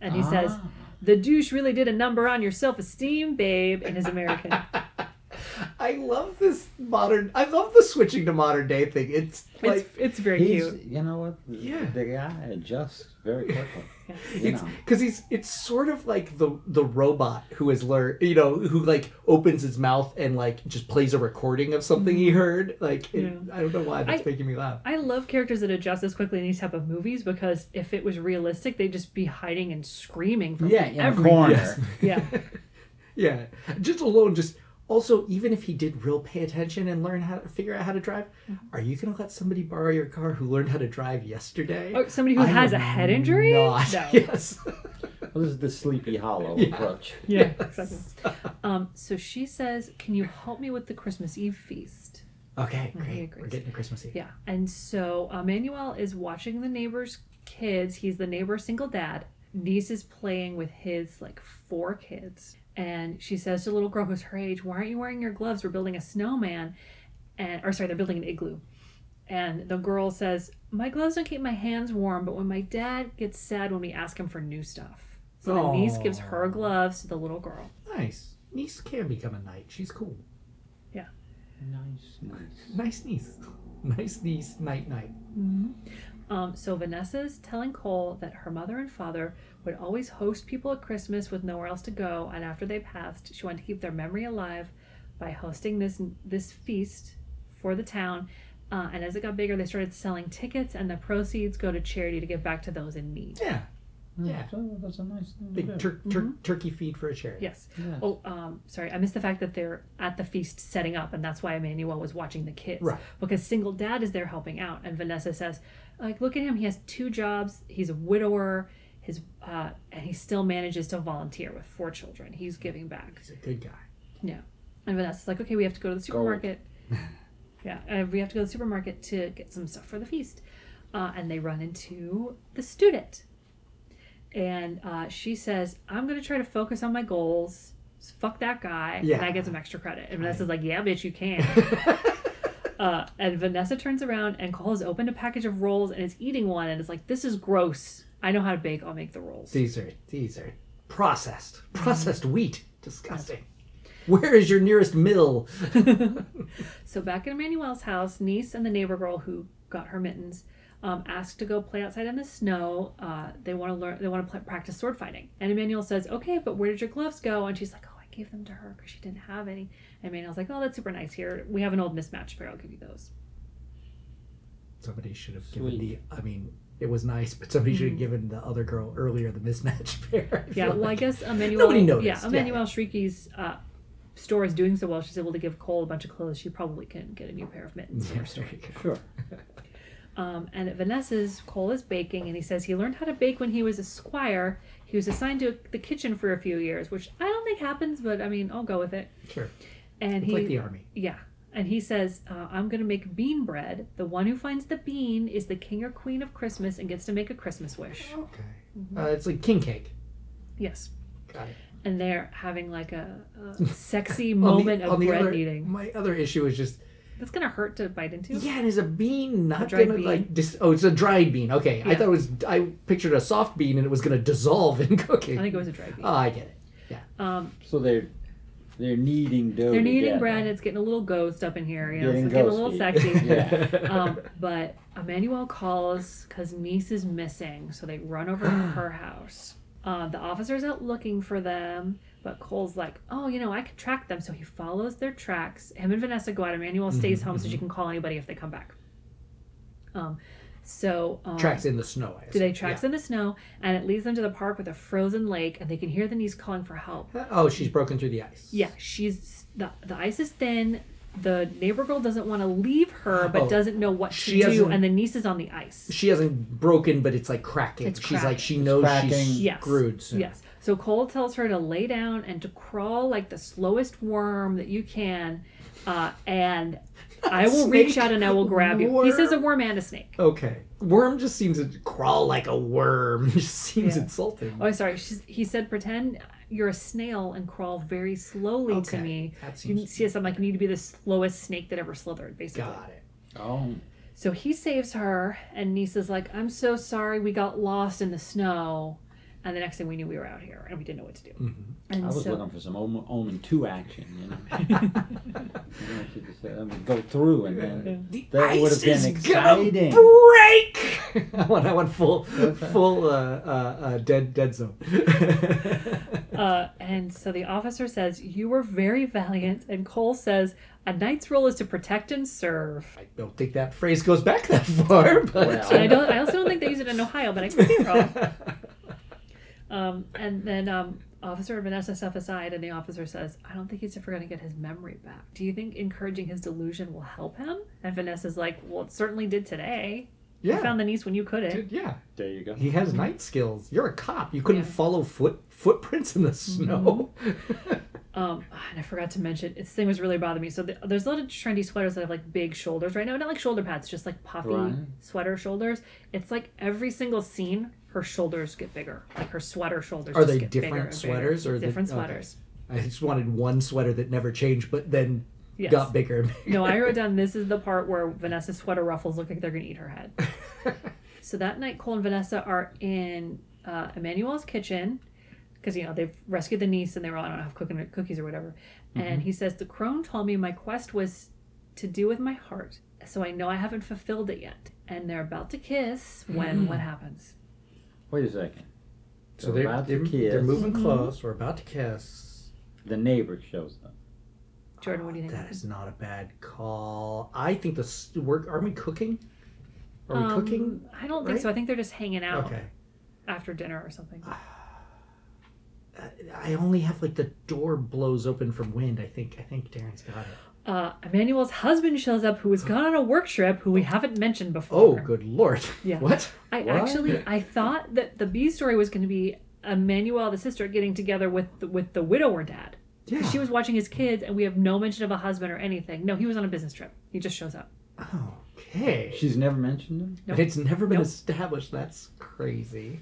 S2: And he says,
S5: Ah.
S2: "The douche really did a number on your self-esteem, babe." In his American,
S5: I love this modern. I love the switching to modern day thing. It's
S2: it's,
S5: like
S2: it's very
S4: He's,
S2: cute.
S4: you know what?
S5: Yeah.
S4: The guy adjusts very quickly. You
S5: it's
S4: know.
S5: because he's it's sort of like the the robot who has learned you know who like opens his mouth and like just plays a recording of something he heard like it,
S2: Mm-hmm. Yeah.
S5: i don't know why that's
S2: I-
S5: making me laugh
S2: I love characters that adjust this quickly in these type of movies because if it was realistic, they'd just be hiding and screaming from
S4: Yeah, in a
S2: every
S4: corner.
S5: Yes.
S2: yeah
S5: yeah just alone just also even if he did real pay attention and learn how to figure out how to drive
S2: Mm-hmm.
S5: are you gonna let somebody borrow your car who learned how to drive yesterday
S2: or somebody Oh, who
S5: I
S2: has a
S5: am
S2: head injury.
S5: not.
S2: No.
S5: yes
S4: Well, this is the Sleepy Hollow approach.
S2: Yeah, exactly. Um, so she says, "Can you help me with the Christmas Eve feast?"
S5: okay
S2: he
S5: great
S2: agrees.
S5: we're getting to christmas eve
S2: Yeah, and so uh, Manuel is watching the neighbor's kids. He's the neighbor's single dad. Niece is playing with his like four kids, and she says to the little girl who's her age, "Why aren't you wearing your gloves? We're building a snowman," and or sorry, they're building an igloo. And the girl says, "My gloves don't keep my hands warm, but when my dad gets sad when we ask him for new stuff." So the niece gives her gloves to the little girl.
S5: nice niece can become a knight she's cool
S4: Nice, nice.
S5: nice niece nice niece night night
S2: Um, so Vanessa's telling Cole that her mother and father would always host people at Christmas with nowhere else to go, and after they passed, she wanted to keep their memory alive by hosting this this feast for the town. Uh, and as it got bigger, they started selling tickets, and the proceeds go to charity to give back to those in need.
S5: yeah Yeah.
S4: So Oh, that's a nice thing.
S5: Big tur- tur-
S2: Mm-hmm.
S5: turkey feed for a charity.
S2: Yes. Oh, um, sorry, I missed the fact that they're at the feast setting up, and that's why Emmanuel was watching the kids.
S5: Right.
S2: Because single dad is there helping out, and Vanessa says, like, look at him. He has two jobs. He's a widower. His uh, and he still manages to volunteer with four children. He's giving back.
S5: He's a good guy.
S2: Yeah. And Vanessa's like, okay, we have to go to the supermarket. yeah, uh, we have to go to the supermarket to get some stuff for the feast. Uh, and they run into the student. And uh, she says, I'm going to try to focus on my goals. Fuck that guy. And
S5: Yeah.
S2: I get some extra credit. And Vanessa's like, yeah, bitch, you can. uh, and Vanessa turns around and Cole has opened a package of rolls and is eating one. And it's like, this is gross. I know how to bake. I'll make the rolls.
S5: These are these are processed processed
S2: Mm-hmm.
S5: wheat. Disgusting. Where is your nearest mill?
S2: So back at Emmanuel's house, niece and the neighbor girl who got her mittens um, asked to go play outside in the snow. Uh, they want to learn. They want to practice sword fighting. And Emmanuel says, "Okay, but where did your gloves go?" And she's like, "Oh, I gave them to her because she didn't have any." And Emmanuel's like, "Oh, that's super nice. Here, we have an old mismatched pair. I'll give you those."
S3: somebody should have given
S4: Sweet.
S3: the. I mean, it was nice, but somebody should have given the other girl earlier the mismatch pair. I
S2: Mm-hmm. Yeah,
S3: feel
S2: well, I
S3: like.
S2: guess Emmanuel.
S3: Nobody noticed.
S2: Yeah,
S3: Yeah.
S2: Emmanuel Shrieky's uh, store is doing so well. She's able to give Cole a bunch of clothes. She probably can get a new pair of mittens.
S3: Yeah, there you go.
S4: Sure.
S2: Um, and at Vanessa's, Cole is baking, and he says he learned how to bake when he was a squire. He was assigned to the kitchen for a few years, which I don't think happens, but I mean, I'll go with it.
S3: Sure.
S2: And
S3: It's
S2: he,
S3: like the army.
S2: yeah, and he says, uh, "I'm going to make bean bread. The one who finds the bean is the king or queen of Christmas and gets to make a Christmas wish."
S3: Okay.
S2: Mm-hmm.
S3: Uh, it's like king cake.
S2: Yes.
S3: Got it.
S2: And they're having like a, a sexy
S3: On the-
S2: moment
S3: on
S2: of
S3: the
S2: bread
S3: other-
S2: eating.
S3: My other issue is just
S2: That's gonna hurt to bite into.
S3: yeah, and is a bean not
S2: dried
S3: gonna
S2: bean.
S3: like dis- oh, it's a dried bean. Okay, I
S2: Yeah.
S3: thought it was I pictured a soft bean and it was gonna dissolve in cooking.
S2: I think it was a dry bean.
S3: Oh, I get it.
S2: um,
S4: So they're they're kneading dough.
S2: they're kneading
S4: together.
S2: bread. It's getting a little ghost up in here. You know,
S4: Getting
S2: it's getting a little
S4: ghosty.
S2: sexy.
S4: Yeah.
S2: um, but Emmanuel calls because niece is missing, so they run over to her house. Uh, the officer's out looking for them, but Cole's like, "Oh, you know, I can track them." So he follows their tracks. Him and Vanessa go out. Emmanuel stays home so she can call anybody if they come back. Um, so um,
S3: Tracks in the snow. I
S2: Do they
S3: assume.
S2: tracks in the snow, and it leads them to the park with a frozen lake, and they can hear the niece calling for help.
S3: Yeah. Oh, she's broken through the ice.
S2: Yeah, she's the the ice is thin. The neighbor girl doesn't want to leave her, but
S3: Oh.
S2: doesn't know what to
S3: She
S2: do,
S3: hasn't-
S2: and the niece is on the ice.
S3: She hasn't broken, but it's like cracking.
S2: It's
S3: she's
S2: cracking.
S3: like she knows she's
S4: cracking.
S2: Yes.
S3: screwed. Soon.
S2: Yes. So Cole tells her to lay down and to crawl like the slowest worm that you can, uh, and I will
S3: Snake.
S2: reach out and I will grab you. He says a
S3: Worm.
S2: worm and a snake.
S3: Okay. Worm just seems to crawl like a worm. just seems
S2: Yeah.
S3: insulting.
S2: Oh, sorry. She's, he said, pretend you're a snail and crawl very slowly
S3: Okay,
S2: to me.
S3: that
S2: You
S3: seems-
S2: see, I'm like, you need to be the slowest snake that ever slithered, basically.
S3: Got it.
S4: Oh,
S2: So he saves her, and Nisa's like, I'm so sorry we got lost in the snow. And the next thing we knew, we were out here and we didn't know what to do. And
S4: I was
S2: so,
S4: looking for some Omen, Omen Two action. You know, I want you to say, I'm gonna go through and then
S3: The
S4: That
S3: ice
S4: would've been
S3: is Gonna
S4: exciting.
S3: break. I want. I want full, full, uh, uh, uh, dead, dead zone.
S2: uh, and so the officer says, You were very valiant. And Cole says, A knight's role is to protect and serve.
S3: I don't think that phrase goes back that far, but
S4: Well.
S2: And I, don't, I also don't think they use it in Ohio, but I could be wrong. Um, and then um, Officer Vanessa steps aside, and the officer says, I don't think he's ever going to get his memory back. Do you think encouraging his delusion will help him? And Vanessa's like, Well, it certainly did today.
S3: yeah,
S2: You found the niece when you couldn't.
S3: dude, yeah.
S4: there you go.
S3: He has night skills. You're a cop. You couldn't
S2: Yeah. Mm-hmm.
S3: follow foot footprints in the snow.
S2: Um, and I forgot to mention, this thing was really bothering me. So the, there's a lot of trendy sweaters that have like big shoulders right now. Not like shoulder pads, just like puffy
S4: Right.
S2: sweater shoulders. It's like every single scene, her shoulders get bigger. Like her sweater shoulders.
S3: Are
S2: just
S3: they
S2: get bigger
S3: different
S2: and bigger.
S3: sweaters or are they-
S2: different
S3: okay.
S2: sweaters?
S3: I just wanted one sweater that never changed, but then
S2: Yes.
S3: got bigger. and bigger.
S2: no, I wrote down this is the part where Vanessa's sweater ruffles look like they're gonna eat her head. so that night, Cole and Vanessa are in uh, Emmanuel's kitchen because you know they've rescued the niece and they were all, I don't know, have cooking cookies or whatever.
S3: Mm-hmm.
S2: And he says the crone told me my quest was to do with my heart, so I know I haven't fulfilled it yet. And they're about to kiss
S3: Mm.
S2: when what happens?
S4: Wait a second.
S3: So they're
S4: about to
S3: they're,
S4: kiss.
S3: they're
S2: Mm-hmm.
S3: moving close. We're about to kiss.
S4: The neighbor shows up.
S2: Jordan, what do you think?
S3: Oh, That is not a bad call. I think the s- work. Are we cooking? Are we
S2: Um,
S3: cooking?
S2: I don't think
S3: right?
S2: so. I think they're just hanging out
S3: Okay.
S2: after dinner or something.
S3: I only have like the door blows open from wind. I think. I think Darren's got it.
S2: uh, Emmanuel's husband shows up, who has gone on a work trip, who we haven't mentioned
S3: Oh,
S2: before.
S3: good lord!
S2: Yeah.
S3: What?
S2: I
S3: What?
S2: actually I thought that the B story was going to be Emmanuel, the sister, getting together with the, with the widower dad.
S3: Yeah.
S2: She was watching his kids, and we have no mention of a husband or anything. No, he was on a business trip. He just shows up.
S3: Okay.
S4: She's never mentioned him.
S2: Nope.
S3: It's never been
S2: Nope.
S3: established. That's crazy.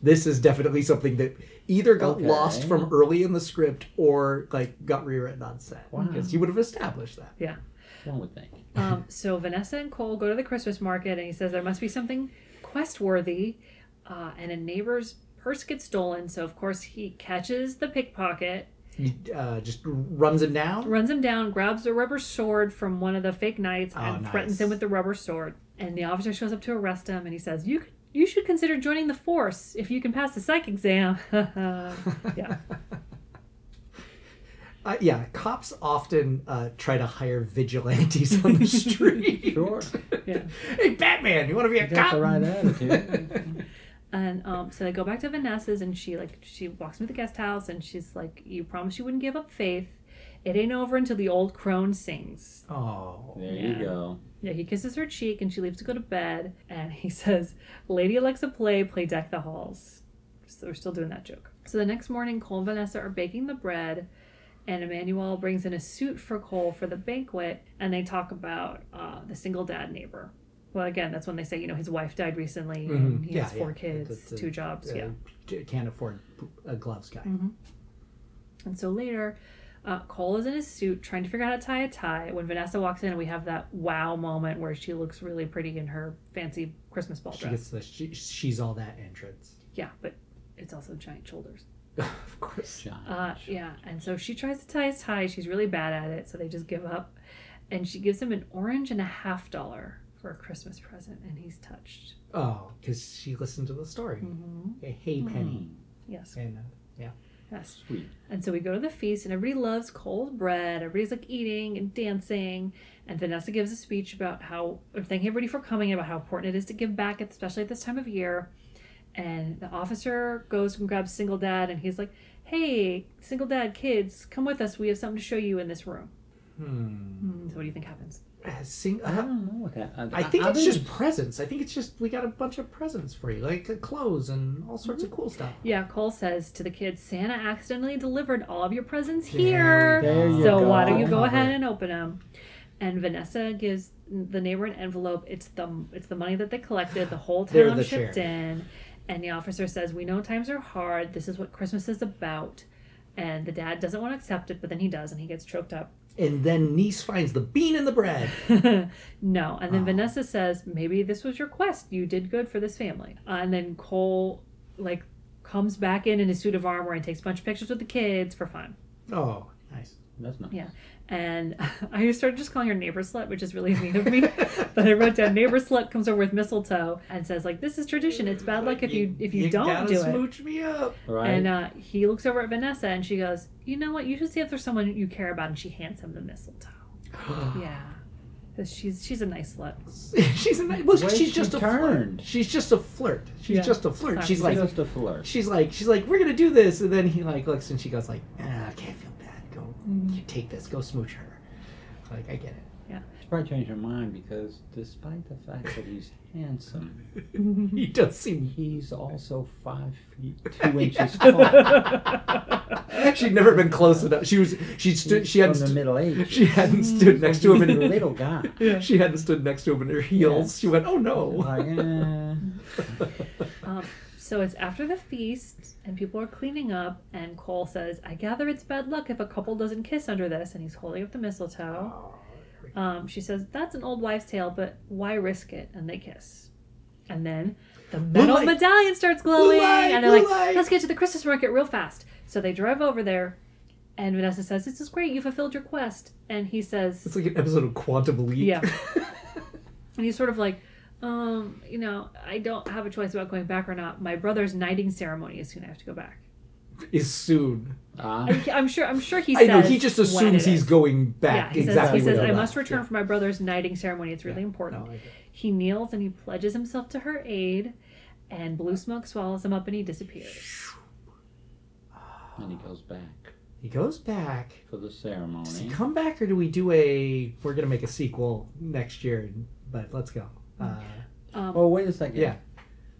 S3: This is definitely something that either got
S4: Okay.
S3: lost from early in the script or like got rewritten on set. Because you would have established that.
S2: Yeah.
S4: One would think.
S2: Um, so Vanessa and Cole go to the Christmas market, and he says there must be something quest worthy. Uh, and a neighbor's purse gets stolen, so of course he catches the pickpocket
S3: You, uh, just runs him down.
S2: runs him down, grabs a rubber sword from one of the fake knights,
S3: Oh,
S2: and
S3: nice.
S2: threatens him with the rubber sword. And the officer shows up to arrest him, and he says, "You you should consider joining the force if you can pass the psych exam." yeah,
S3: Uh, yeah, cops often uh, try to hire vigilantes on the street.
S4: Sure.
S3: hey, Batman, you want to be a
S4: That's
S3: cop?
S4: the right attitude.
S2: And um, so they go back to Vanessa's, and she like she walks me to the guest house, and she's like, "You promised you wouldn't give up faith. It ain't over until the old crone sings."
S3: Oh,
S4: There
S2: Yeah.
S4: you go.
S2: Yeah, he kisses her cheek, and she leaves to go to bed. And he says, "Lady Alexa, play, play deck the halls." So we're still doing that joke. So the next morning, Cole and Vanessa are baking the bread, and Emmanuel brings in a suit for Cole for the banquet, and they talk about uh, the single dad neighbor. Well, again, that's when they say, you know, his wife died recently, and
S3: Mhm.
S2: he
S3: Yeah,
S2: has four
S3: yeah.
S2: kids,
S3: That's a-
S2: two jobs.
S3: uh,
S2: yeah. Mm-hmm.
S3: j- can't afford p- a gloves guy.
S2: And so later, uh, Cole is in his suit trying to figure out how to tie a tie. When Vanessa walks in, and we have that wow moment where she looks really pretty in her fancy Christmas ball
S3: She
S2: dress.
S3: gets the she, she's all that entrance.
S2: Yeah, but it's also giant shoulders.
S3: of course.
S4: John.
S2: Uh, yeah, and so she tries to tie his tie. She's really bad at it, so they just give up. And she gives him an orange and a half dollar for a Christmas present, and he's touched.
S3: Oh, because she listened to the story.
S2: Mm-hmm.
S3: A Hey, Penny.
S2: Yes,
S3: And uh,
S2: yes.
S4: Hmm, Sweet.
S2: And so we go to the feast, and everybody loves cold bread. Everybody's like eating and dancing. And Vanessa gives a speech about how, or thanking everybody for coming, about how important it is to give back, especially at this time of year. And the officer goes and grabs Single Dad, and he's like, Hey, Single Dad, kids, come with us. We have something to show you in this room.
S3: hmm.
S2: Hmm, So, what do you think happens?
S3: Uh, sing,
S4: I
S3: uh,
S4: don't know what that.
S2: Mm-hmm.
S3: I think
S4: I
S3: it's just presents. I think it's just we got a bunch of presents for you, like uh, clothes and all sorts
S2: Mm-hmm.
S3: of cool stuff.
S2: Yeah, Cole says to the kids, Santa accidentally delivered all of your presents
S3: There we
S2: here.
S4: There you
S2: so
S4: go.
S2: why don't you go
S3: Cover.
S2: ahead and open them? And Vanessa gives the neighbor an envelope. It's the it's the money that they collected. The whole
S3: They're
S2: town
S3: the
S2: shipped in. And the officer says, "We know times are hard. This is what Christmas is about." And the dad doesn't want to accept it, but then he does, and he gets choked up.
S3: And then niece finds the bean in the bread.
S2: no. And then
S3: Oh.
S2: Vanessa says, maybe this was your quest. You did good for this family. Uh, and then Cole, like, comes back in in his suit of armor and takes a bunch of pictures with the kids for fun.
S3: Oh, nice.
S4: That's not.
S2: Yeah. And I started just calling her neighbor slut, which is really mean of me. but I wrote down neighbor slut comes over with mistletoe and says like, this is tradition. It's bad luck if you if you, don't
S3: gotta
S2: do it.
S3: smooch me up.
S4: Right.
S2: And uh, he looks over at Vanessa and she goes, you know what? You should see if there's someone you care about. And she hands him the mistletoe. yeah. 'Cause She's she's a nice slut.
S3: she's a nice, well,
S4: Where's
S3: she's
S4: she
S3: just a
S4: turned?
S3: flirt. She's just a flirt. She's
S2: Yeah.
S3: just a flirt.
S2: Sorry.
S3: She's like,
S4: just a flirt.
S3: she's like, she's like, we're gonna do this, and then he like looks, and she goes like, ah, I can't feel bad. Go,
S2: Mm-hmm.
S3: you take this. Go smooch her. Like I get it.
S4: She probably changed her mind because, despite the fact that he's handsome,
S2: Mm-hmm.
S3: He does seem.
S4: he's also five feet two inches tall.
S3: She'd never been close enough. She was. She stood. She
S4: From
S3: hadn't.
S4: the
S3: St-
S4: Middle Ages.
S3: she hadn't stood next to him
S4: He's
S3: in
S4: a little guy.
S3: She hadn't stood next to him in her heels. She went, oh no.
S4: Like, eh.
S2: Um, so it's after the feast, and people are cleaning up, and Cole says, I gather it's bad luck if a couple doesn't kiss under this, and he's holding up the mistletoe. Um, she says, That's an old wives' tale, but why risk it? And they kiss. And then the metal
S3: light.
S2: medallion starts glowing,
S3: light,
S2: and they're
S3: blue
S2: like,
S3: light.
S2: Let's get to the Christmas market real fast. So they drive over there, and Vanessa says, This is great, you fulfilled your quest. And he says,
S3: It's like an episode of Quantum Leap.
S2: Yeah. And he's sort of like, um, you know, I don't have a choice about going back or not. My brother's knighting ceremony is soon. I have to go back.
S3: is soon.
S4: Ah,
S2: I, I'm sure. I'm sure he.
S3: I know
S2: says
S3: he just
S2: when
S3: assumes
S2: it
S3: he's
S2: is.
S3: going
S2: Yeah,
S3: back.
S2: he
S3: exactly.
S2: says. He
S3: where
S2: says
S3: he
S2: I
S3: left.
S2: must return for my brother's knighting ceremony. It's really
S3: Yeah.
S2: important.
S3: No, I get
S2: He kneels and he pledges himself to her aid, and blue smoke swallows him up and he disappears.
S4: and he goes back
S3: it. he goes back.
S4: for the
S3: Does he
S4: ceremony.
S3: come back or do we do a? We're gonna make a sequel next year, but let's go. Uh,
S2: Um,
S4: Oh, wait a second.
S3: Yeah.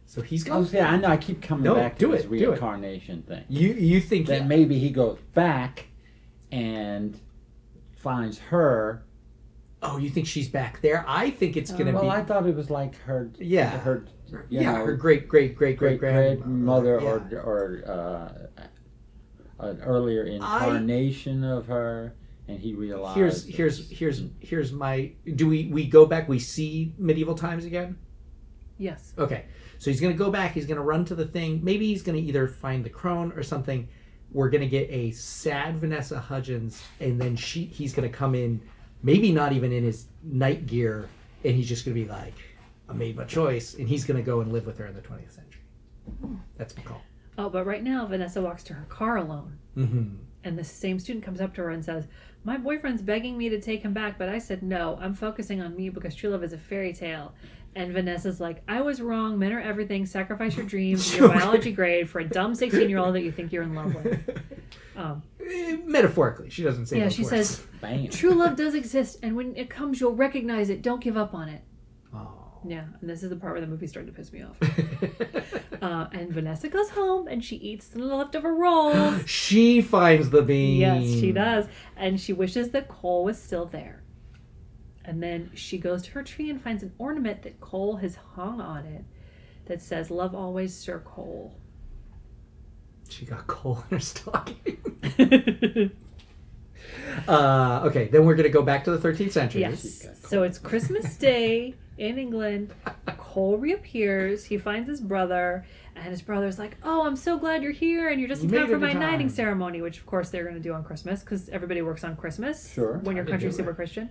S3: so he's
S4: Oh,
S3: gone.
S4: yeah, I know. I keep coming
S3: No,
S4: back
S3: do
S4: to this
S3: it, do it.
S4: reincarnation thing.
S3: You you think
S4: That
S3: that
S4: maybe he goes back and finds her
S3: Oh, you think she's back there? I think it's gonna
S4: Uh, well,
S3: be.
S4: I thought it was like her.
S3: Yeah.
S4: Her. you
S3: yeah,
S4: know,
S3: her great great great
S4: great
S3: great
S4: grandmother
S3: grandmother
S4: or or uh, an earlier
S3: I-
S4: incarnation of her, and he realized.
S3: Here's
S4: that-
S3: here's here's here's my. Do we we go back? We see medieval times again.
S2: yes.
S3: Okay. So he's going to go back. He's going to run to the thing. Maybe he's going to either find the crone or something. We're going to get a sad Vanessa Hudgens, and then she he's going to come in, maybe not even in his night gear, and he's just going to be like, I made my choice, and he's going to go and live with her in the 20th century. That's my call.
S2: Oh, but right now Vanessa walks to her car alone,
S3: Mm-hmm.
S2: and the same student comes up to her and says, My boyfriend's begging me to take him back, but I said no. I'm focusing on me because true love is a fairy tale. And Vanessa's like, I was wrong. Men are everything. Sacrifice your dreams, and your biology grade for a dumb 16 year old that you think you're in love with. Um,
S3: Eh, metaphorically, she doesn't say.
S2: yeah,
S3: those
S2: she
S3: words.
S2: says,
S4: Bam.
S2: True love does exist, and when it comes, you'll recognize it. Don't give up on it.
S3: Oh.
S2: Yeah, and this is the part where the movie's starting to piss me off. uh, and Vanessa goes home and she eats the leftover rolls.
S3: She finds the bean.
S2: Yes, she
S3: Mm.
S2: does. And she wishes that Cole was still there. And then she goes to her tree and finds an ornament that Cole has hung on it that says, Love always, Sir Cole.
S3: She got coal in her stocking.
S2: yes.
S3: Uh, okay, then we're gonna go back to the 13th century.
S2: So it's Christmas Day in England. Cole reappears. He finds his brother. And his brother's like, Oh, I'm so glad you're here. And you're just
S3: You
S2: in
S3: made
S2: time
S3: it
S2: for
S3: in
S2: my
S3: time."
S2: knighting ceremony, which of course they're going to do on Christmas because everybody works on Christmas
S4: Sure.
S2: when your
S3: Time to
S2: country's
S3: do it.
S2: super Christian.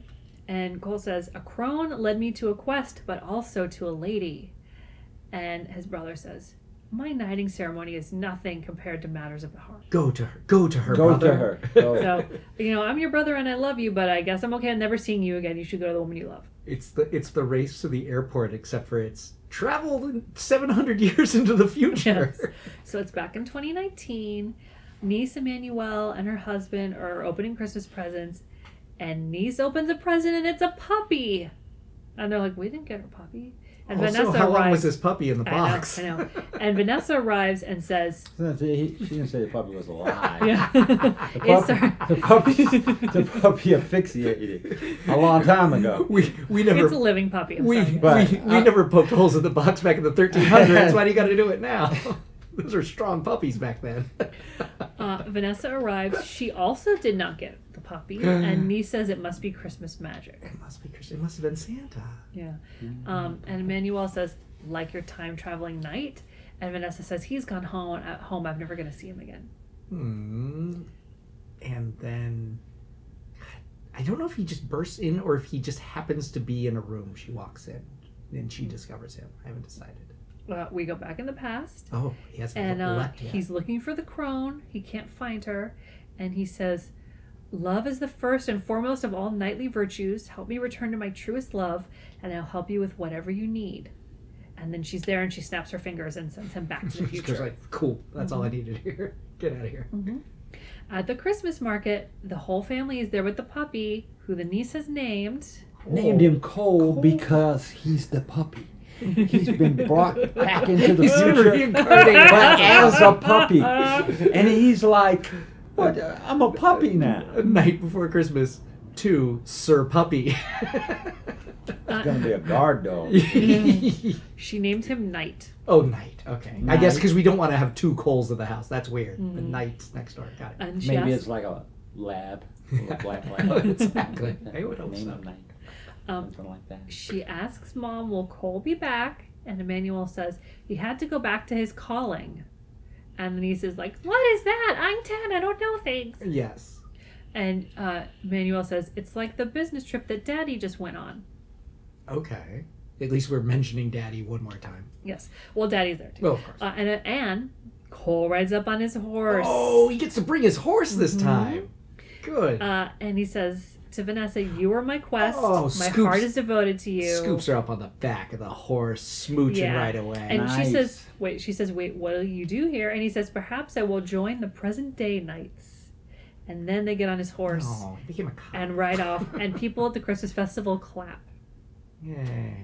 S2: And Cole says, A crone led me to a quest, but also to a lady. And his brother says, My knighting ceremony is nothing compared to matters of the heart.
S3: Go to her. Go to her.
S4: Go
S3: brother.
S4: to her. Go.
S2: So, you know, I'm your brother and I love you, but I guess I'm okay. I'm never seeing you again. You should go to the woman you love.
S3: It's the it's the race to the airport, except for it's traveled 700 years into the future.
S2: Yes. So it's back in 2019. Niece Emmanuel and her husband are opening Christmas presents, and niece opens a present and it's a puppy. And they're like, "We didn't get her puppy." And
S3: Also,
S2: Vanessa
S3: Oh, how
S2: arrives.
S3: long was this puppy in the
S2: I know,
S3: box?
S2: I know. And Vanessa arrives and says,
S4: She didn't say the puppy was alive.
S2: "Yeah,
S4: The
S2: it's her-
S4: puppy, the puppy, the puppy asphyxiated a long time ago.
S3: We we never
S2: it's a living puppy." I'm
S3: we
S2: sorry.
S4: But,
S3: we, we
S4: uh,
S3: never poked holes in the box back in the 1300s. Why do you got to do it now? Those are strong puppies back then.
S2: Uh, Vanessa arrives. She also did not get the puppy, and niece says it must be Christmas magic.
S3: It must be Christian. It must have been Santa.
S2: Yeah.
S3: Mm-hmm.
S2: Um, and Emmanuel says, like your time traveling knight. And Vanessa says, he's gone home. At home, I'm never going to see him again.
S3: Hmm. And then I don't know if he just bursts in or if he just happens to be in a room. She walks in and
S2: Mm-hmm.
S3: she discovers him. I haven't decided.
S2: Uh, we go back in the past,
S3: Oh, he hasn't
S2: and uh,
S3: left yet.
S2: he's looking for the crone. He can't find her. And he says, Love is the first and foremost of all knightly virtues. Help me return to my truest love, and I'll help you with whatever you need. And then she's there and she snaps her fingers and sends him back to the
S3: She's just
S2: future. Mm-hmm.
S3: like, cool. That's all I needed here. Get out of here.
S2: At the Christmas market, the whole family is there with the puppy, who the niece has named.
S4: Named him Cole, because he's the puppy. He's been brought back into the
S3: He's been
S4: future,
S3: reincarnated.
S4: but as a puppy, and he's like, "What? I'm a puppy now."
S3: A night before Christmas to Sir Puppy.
S4: It's gonna be a guard dog.
S2: She named him Knight.
S3: oh, night. Okay. I guess
S4: Night.
S3: because we don't want to have two coals in the house. That's weird. The
S2: Mm-hmm.
S3: night's next door. Got it.
S2: And she
S4: Maybe it's
S2: asked,
S4: like a lab, a little black lab.
S3: Exactly. I would hope
S4: Name
S3: so.
S4: him like-
S2: Um,
S4: something like that.
S2: she asks mom, will Cole be back? And Emmanuel says, he had to go back to his calling. And the niece is like, what is that? I'm 10, I don't know things.
S3: Yes.
S2: And uh, Emmanuel says, it's like the business trip that daddy just went on.
S3: Okay. At least we're mentioning Daddy one more time.
S2: Yes. Well, daddy's there too.
S3: Well, of course.
S2: Uh, and, uh, and Cole rides up on his horse. Mm-hmm.
S3: Oh, he gets to bring his horse this time. Good.
S2: Uh, and he says to Vanessa, you are my quest.
S3: Oh,
S2: my
S3: scoops-
S2: heart is devoted to you.
S3: Scoops her up on the back of the horse, smooching
S2: Yeah.
S3: right away.
S2: And she
S4: Nice.
S2: says, wait, she says, wait, what will you do here? And he says, perhaps I will join the present day knights. And then they get on his horse
S3: oh, he became a cop.
S2: and ride off. and people at the Christmas festival clap.
S3: Yay.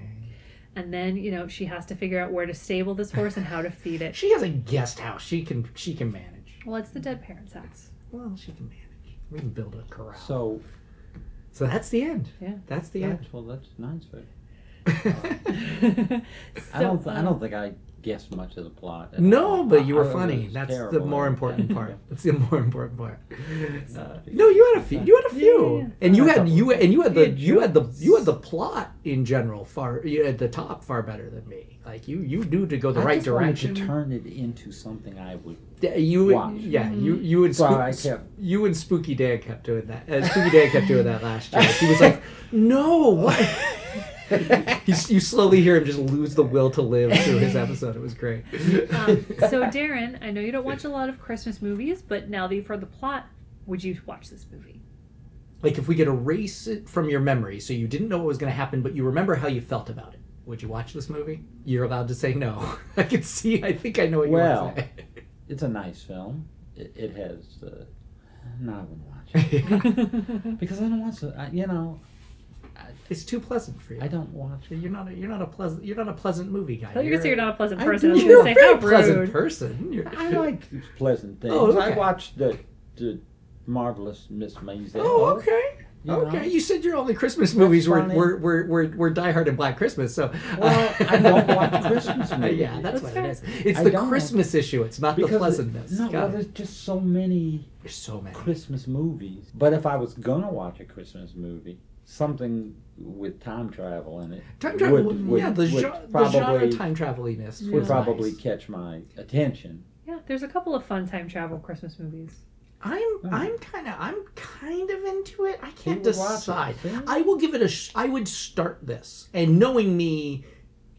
S2: And then, you know, she has to figure out where to stable this horse and how to feed it.
S3: She has a guest house. She can she can manage.
S2: Well, it's the dead parents' house.
S3: Well, she can manage. We can build a corral. So,
S4: So
S3: that's the end.
S2: Yeah.
S3: That's the
S4: yeah,
S3: end.
S4: well, that's nice. But I
S2: So,
S4: don't. th- I
S2: um,
S4: don't think I guessed much of the plot. at
S3: No,
S4: all.
S3: but you
S4: I-
S3: were
S4: I was
S3: funny. That's the
S4: terrible
S3: more
S4: at-
S3: important
S4: yeah.
S3: part. That's the more important part. Uh, no, you had a few. You had a few,
S2: yeah, yeah.
S3: and you had you and you had the
S4: Good
S3: you had the you had the plot in general far you had the top far better than me. Like you you knew to go the
S4: I
S3: right
S4: just wanted
S3: direction.
S4: To turn it into something I would.
S3: Yeah, you would-
S4: Watch.
S3: yeah you you and
S4: So
S3: Spook-
S4: I kept-
S3: you and Spooky Dan kept doing that. Uh, Spooky Dan kept doing that last year. He was like, no. What? you, s- you slowly hear him just lose the will to live through his episode. It was great.
S2: um, so, Darren, I know you don't watch a lot of Christmas movies, but now that you've heard the plot, would you watch this movie?
S3: Like if we could erase it from your memory, so you didn't know what was going to happen, but you remember how you felt about it. Would you watch this movie? You're allowed to say no. I can see. I think I know what you
S4: Well,
S3: want to say.
S4: it's a nice film. It, it has. Uh, no, I wouldn't watch it because I don't watch. it. I, you know,
S3: It's too pleasant for you.
S4: I don't watch. it.
S3: You're not. A, you're not a pleasant. You're not a pleasant movie guy.
S2: Oh, you're gonna say you're not a pleasant person. I,
S3: I,
S2: was
S3: you're
S2: gonna
S3: a
S2: say
S3: very
S2: how
S3: pleasant
S2: rude.
S3: person. You're-
S4: I like pleasant things.
S3: Oh,
S4: I
S3: okay.
S4: watched the the marvelous Miss Maisel.
S3: Oh, okay.
S4: You know?
S3: okay, you said your only Christmas movies were,
S4: funny.
S3: were were were were Die Hard and Black Christmas. So uh,
S4: Well, I don't watch Christmas movies.
S3: yeah,
S2: That's
S3: that's, what
S2: fair.
S3: it is. It's
S4: I
S3: the
S4: don't.
S3: Christmas issue. It's not the
S4: Because
S3: pleasantness.
S4: No,
S3: Got
S4: well,
S3: it.
S4: there's just so many
S3: There's so many.
S4: Christmas movies. But if I was gonna watch a Christmas movie, something with time travel in it,
S3: Time
S4: would-
S3: travel.
S4: would-
S3: yeah, the,
S4: would
S3: genre, the genre
S4: probably
S3: time traveliness
S4: would probably catch my attention.
S2: Yeah, there's a couple of fun time travel Christmas movies.
S3: I'm I'm kind of I'm kind of into it. I can't
S4: would Hmm. watch it,
S3: decide.
S4: see?
S3: I will give it a. Sh- I would start this, and knowing me,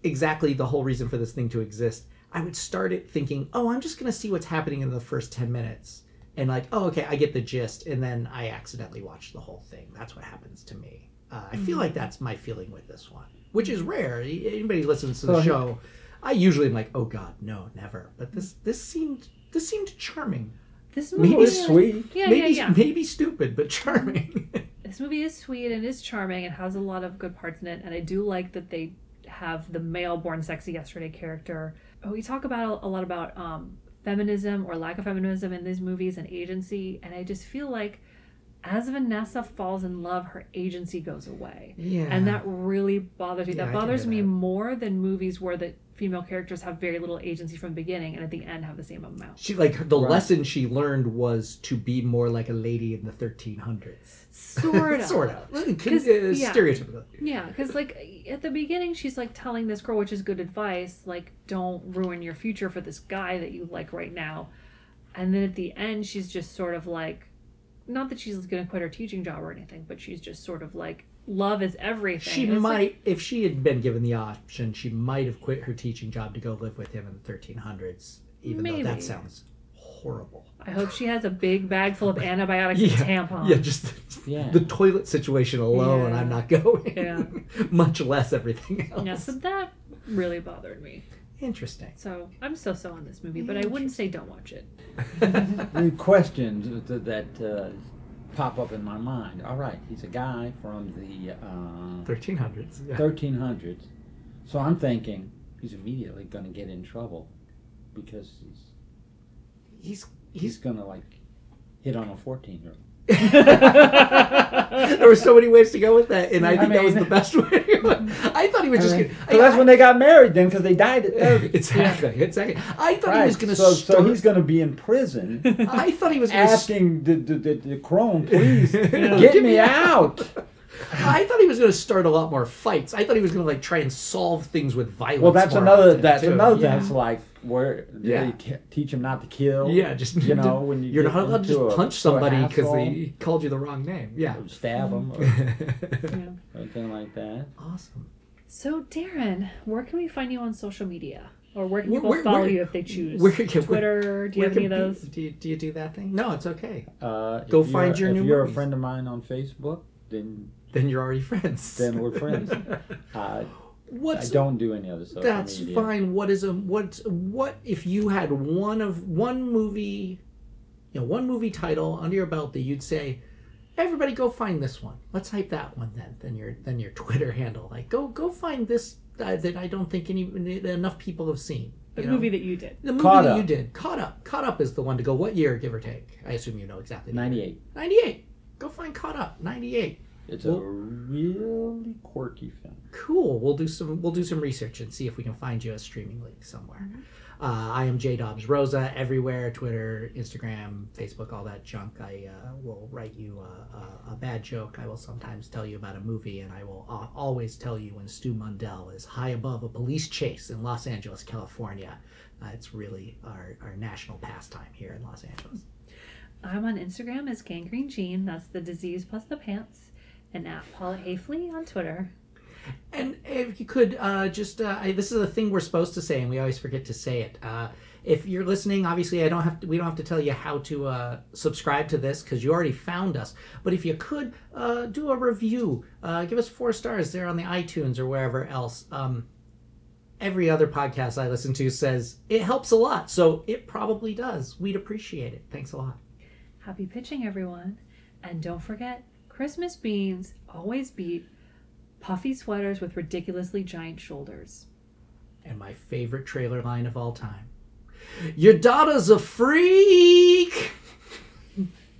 S3: exactly the whole reason for this thing to exist, I would start it thinking, oh, I'm just gonna see what's happening in the first ten minutes, and like, oh, okay, I get the gist, and then I accidentally watch the whole thing. That's what happens to me. Uh, I
S4: Hmm.
S3: feel like that's my feeling with this one, which is rare. Y- Anybody who listens to the
S4: So-
S3: show, I usually am like, oh God, no, never. But this this seemed this seemed charming.
S2: This movie
S3: Maybe
S2: is
S3: sweet.
S2: Yeah,
S3: maybe,
S2: yeah, yeah.
S3: maybe stupid, but charming.
S2: This movie is sweet and is charming and has a lot of good parts in it. And I do like that they have the male born sexy yesterday character. Oh, We talk about a lot about um, feminism or lack of feminism in these movies and agency. And I just feel like as Vanessa falls in love, her agency goes away.
S3: yeah.
S2: And that really bothers me.
S3: Yeah, I
S2: that
S3: can
S2: bothers
S3: do
S2: me
S3: that.
S2: more than movies where the female characters have very little agency from the beginning and at the end have the same amount.
S3: she like the
S4: Right.
S3: lesson she learned was to be more like a lady in the 1300s.
S2: Sort of.
S3: sort of. Uh,
S2: yeah.
S3: Stereotypically.
S2: Yeah, because like at the beginning, she's like telling this girl, which is good advice, like don't ruin your future for this guy that you like right now. And then at the end, she's just sort of like, not that she's gonna quit her teaching job or anything, but she's just sort of like, love is everything.
S3: She
S2: And it's like,
S3: might, if she had been given the option, she might have quit her teaching job to go live with him in the 1300s. Even though
S2: Maybe.
S3: that sounds horrible.
S2: I hope she has a big bag full of antibiotics
S3: Yeah,
S2: and tampons.
S3: Yeah, just
S4: Yeah.
S3: the toilet situation alone.
S2: Yeah.
S3: I'm not going.
S2: Yeah.
S3: Much less everything else.
S2: Yeah, so that really bothered me.
S3: Interesting.
S2: So I'm so so on this movie, but I wouldn't say don't watch it.
S4: The questions that, that uh, pop up in my mind. All right, he's a guy from the uh,
S3: 1300s. Yeah.
S4: 1300s, so I'm thinking he's immediately gonna get in trouble because he's
S3: He's
S4: he's gonna like hit on a 14 year old.
S3: there were so many ways to go with that, and I think that was the
S4: mean-
S3: best way. I thought he was just.
S4: Just
S3: Gonna,
S4: kidding.
S3: I,
S4: So that's when they got married then because they died at 30.
S3: exactly, exactly. I thought he
S4: Right,
S3: was going to
S4: so,
S3: start.
S4: so he's going to be in prison
S3: I thought he was going to.
S4: asking the, the, the, the crone, please,
S3: Get
S4: get
S3: me
S4: me out.
S3: I thought he was going to start a lot more fights. I thought he was going to like try and solve things with violence.
S4: Well, that's
S3: more
S4: another,
S3: often,
S4: that's
S3: too.
S4: another,
S3: Yeah.
S4: that's like where
S3: Yeah.
S4: they ca- teach him not to kill.
S3: Yeah, just
S4: you know, when you
S3: you're
S4: get
S3: not allowed to just
S4: into a-
S3: punch
S4: to a
S3: somebody because
S4: hassle.
S3: they called you the wrong name. Yeah.
S4: Or stab him or
S2: Yeah.
S4: anything like that.
S3: awesome.
S2: So Darren, where can we find you on social media, or where can
S3: Where-
S2: people
S3: where-
S2: follow
S3: where-
S2: you if they choose?
S3: where- yeah, where-
S2: Twitter? Do you
S3: Where
S2: have any of
S3: can
S2: those?
S3: pe- Do you, do you do that thing? No, it's okay.
S4: Uh, if
S3: Go
S4: you're-
S3: find your
S4: if
S3: new
S4: you're
S3: movies.
S4: a friend of mine on Facebook, then
S3: Then you're already friends.
S4: then we're friends. Uh, I, I
S3: What's
S4: don't do any other social
S3: That's
S4: media.
S3: fine. What is a what? What if you had one of one movie, you know, one movie title under your belt that you'd say, "Everybody, go find this one. Let's hype that one." Then, then your then your Twitter handle, like, go go find this uh, that I don't think any that enough people have seen.
S2: The
S3: you know?
S2: movie that you did.
S3: the movie
S4: Caught
S3: that
S4: Up.
S3: you did, caught up. Caught up is the one to go. What year, give or take? I assume you know exactly.
S4: 98.
S3: Ninety-eight. Go find caught up. Ninety-eight.
S4: It's a
S3: Well-
S4: really quirky film.
S3: cool we'll do some we'll do some research and see if we can find you a streaming link somewhere uh, i am j dobbs rosa everywhere twitter instagram facebook all that junk i uh, will write you a, a, a bad joke i will sometimes tell you about a movie and i will al- always tell you when stu mundell is high above a police chase in los angeles california uh, it's really our, our national pastime here in los angeles
S2: I'm on Instagram as Gangrene Jean. That's the disease plus the pants, and at Paula Hafley on Twitter.
S3: And if you could uh, just, uh, I, this is a thing we're supposed to say, and we always forget to say it. Uh, if you're listening, obviously I don't have to, we don't have to tell you how to uh, subscribe to this because you already found us. But if you could uh, do a review, uh, give us four stars there on the iTunes or wherever else. Um, every other podcast I listen to says it helps a lot, so it probably does. We'd appreciate it. Thanks a lot.
S2: Happy pitching, everyone. And don't forget, Christmas beans always beat puffy sweaters with ridiculously giant shoulders.
S3: And my favorite trailer line of all time: "Your daughter's a free."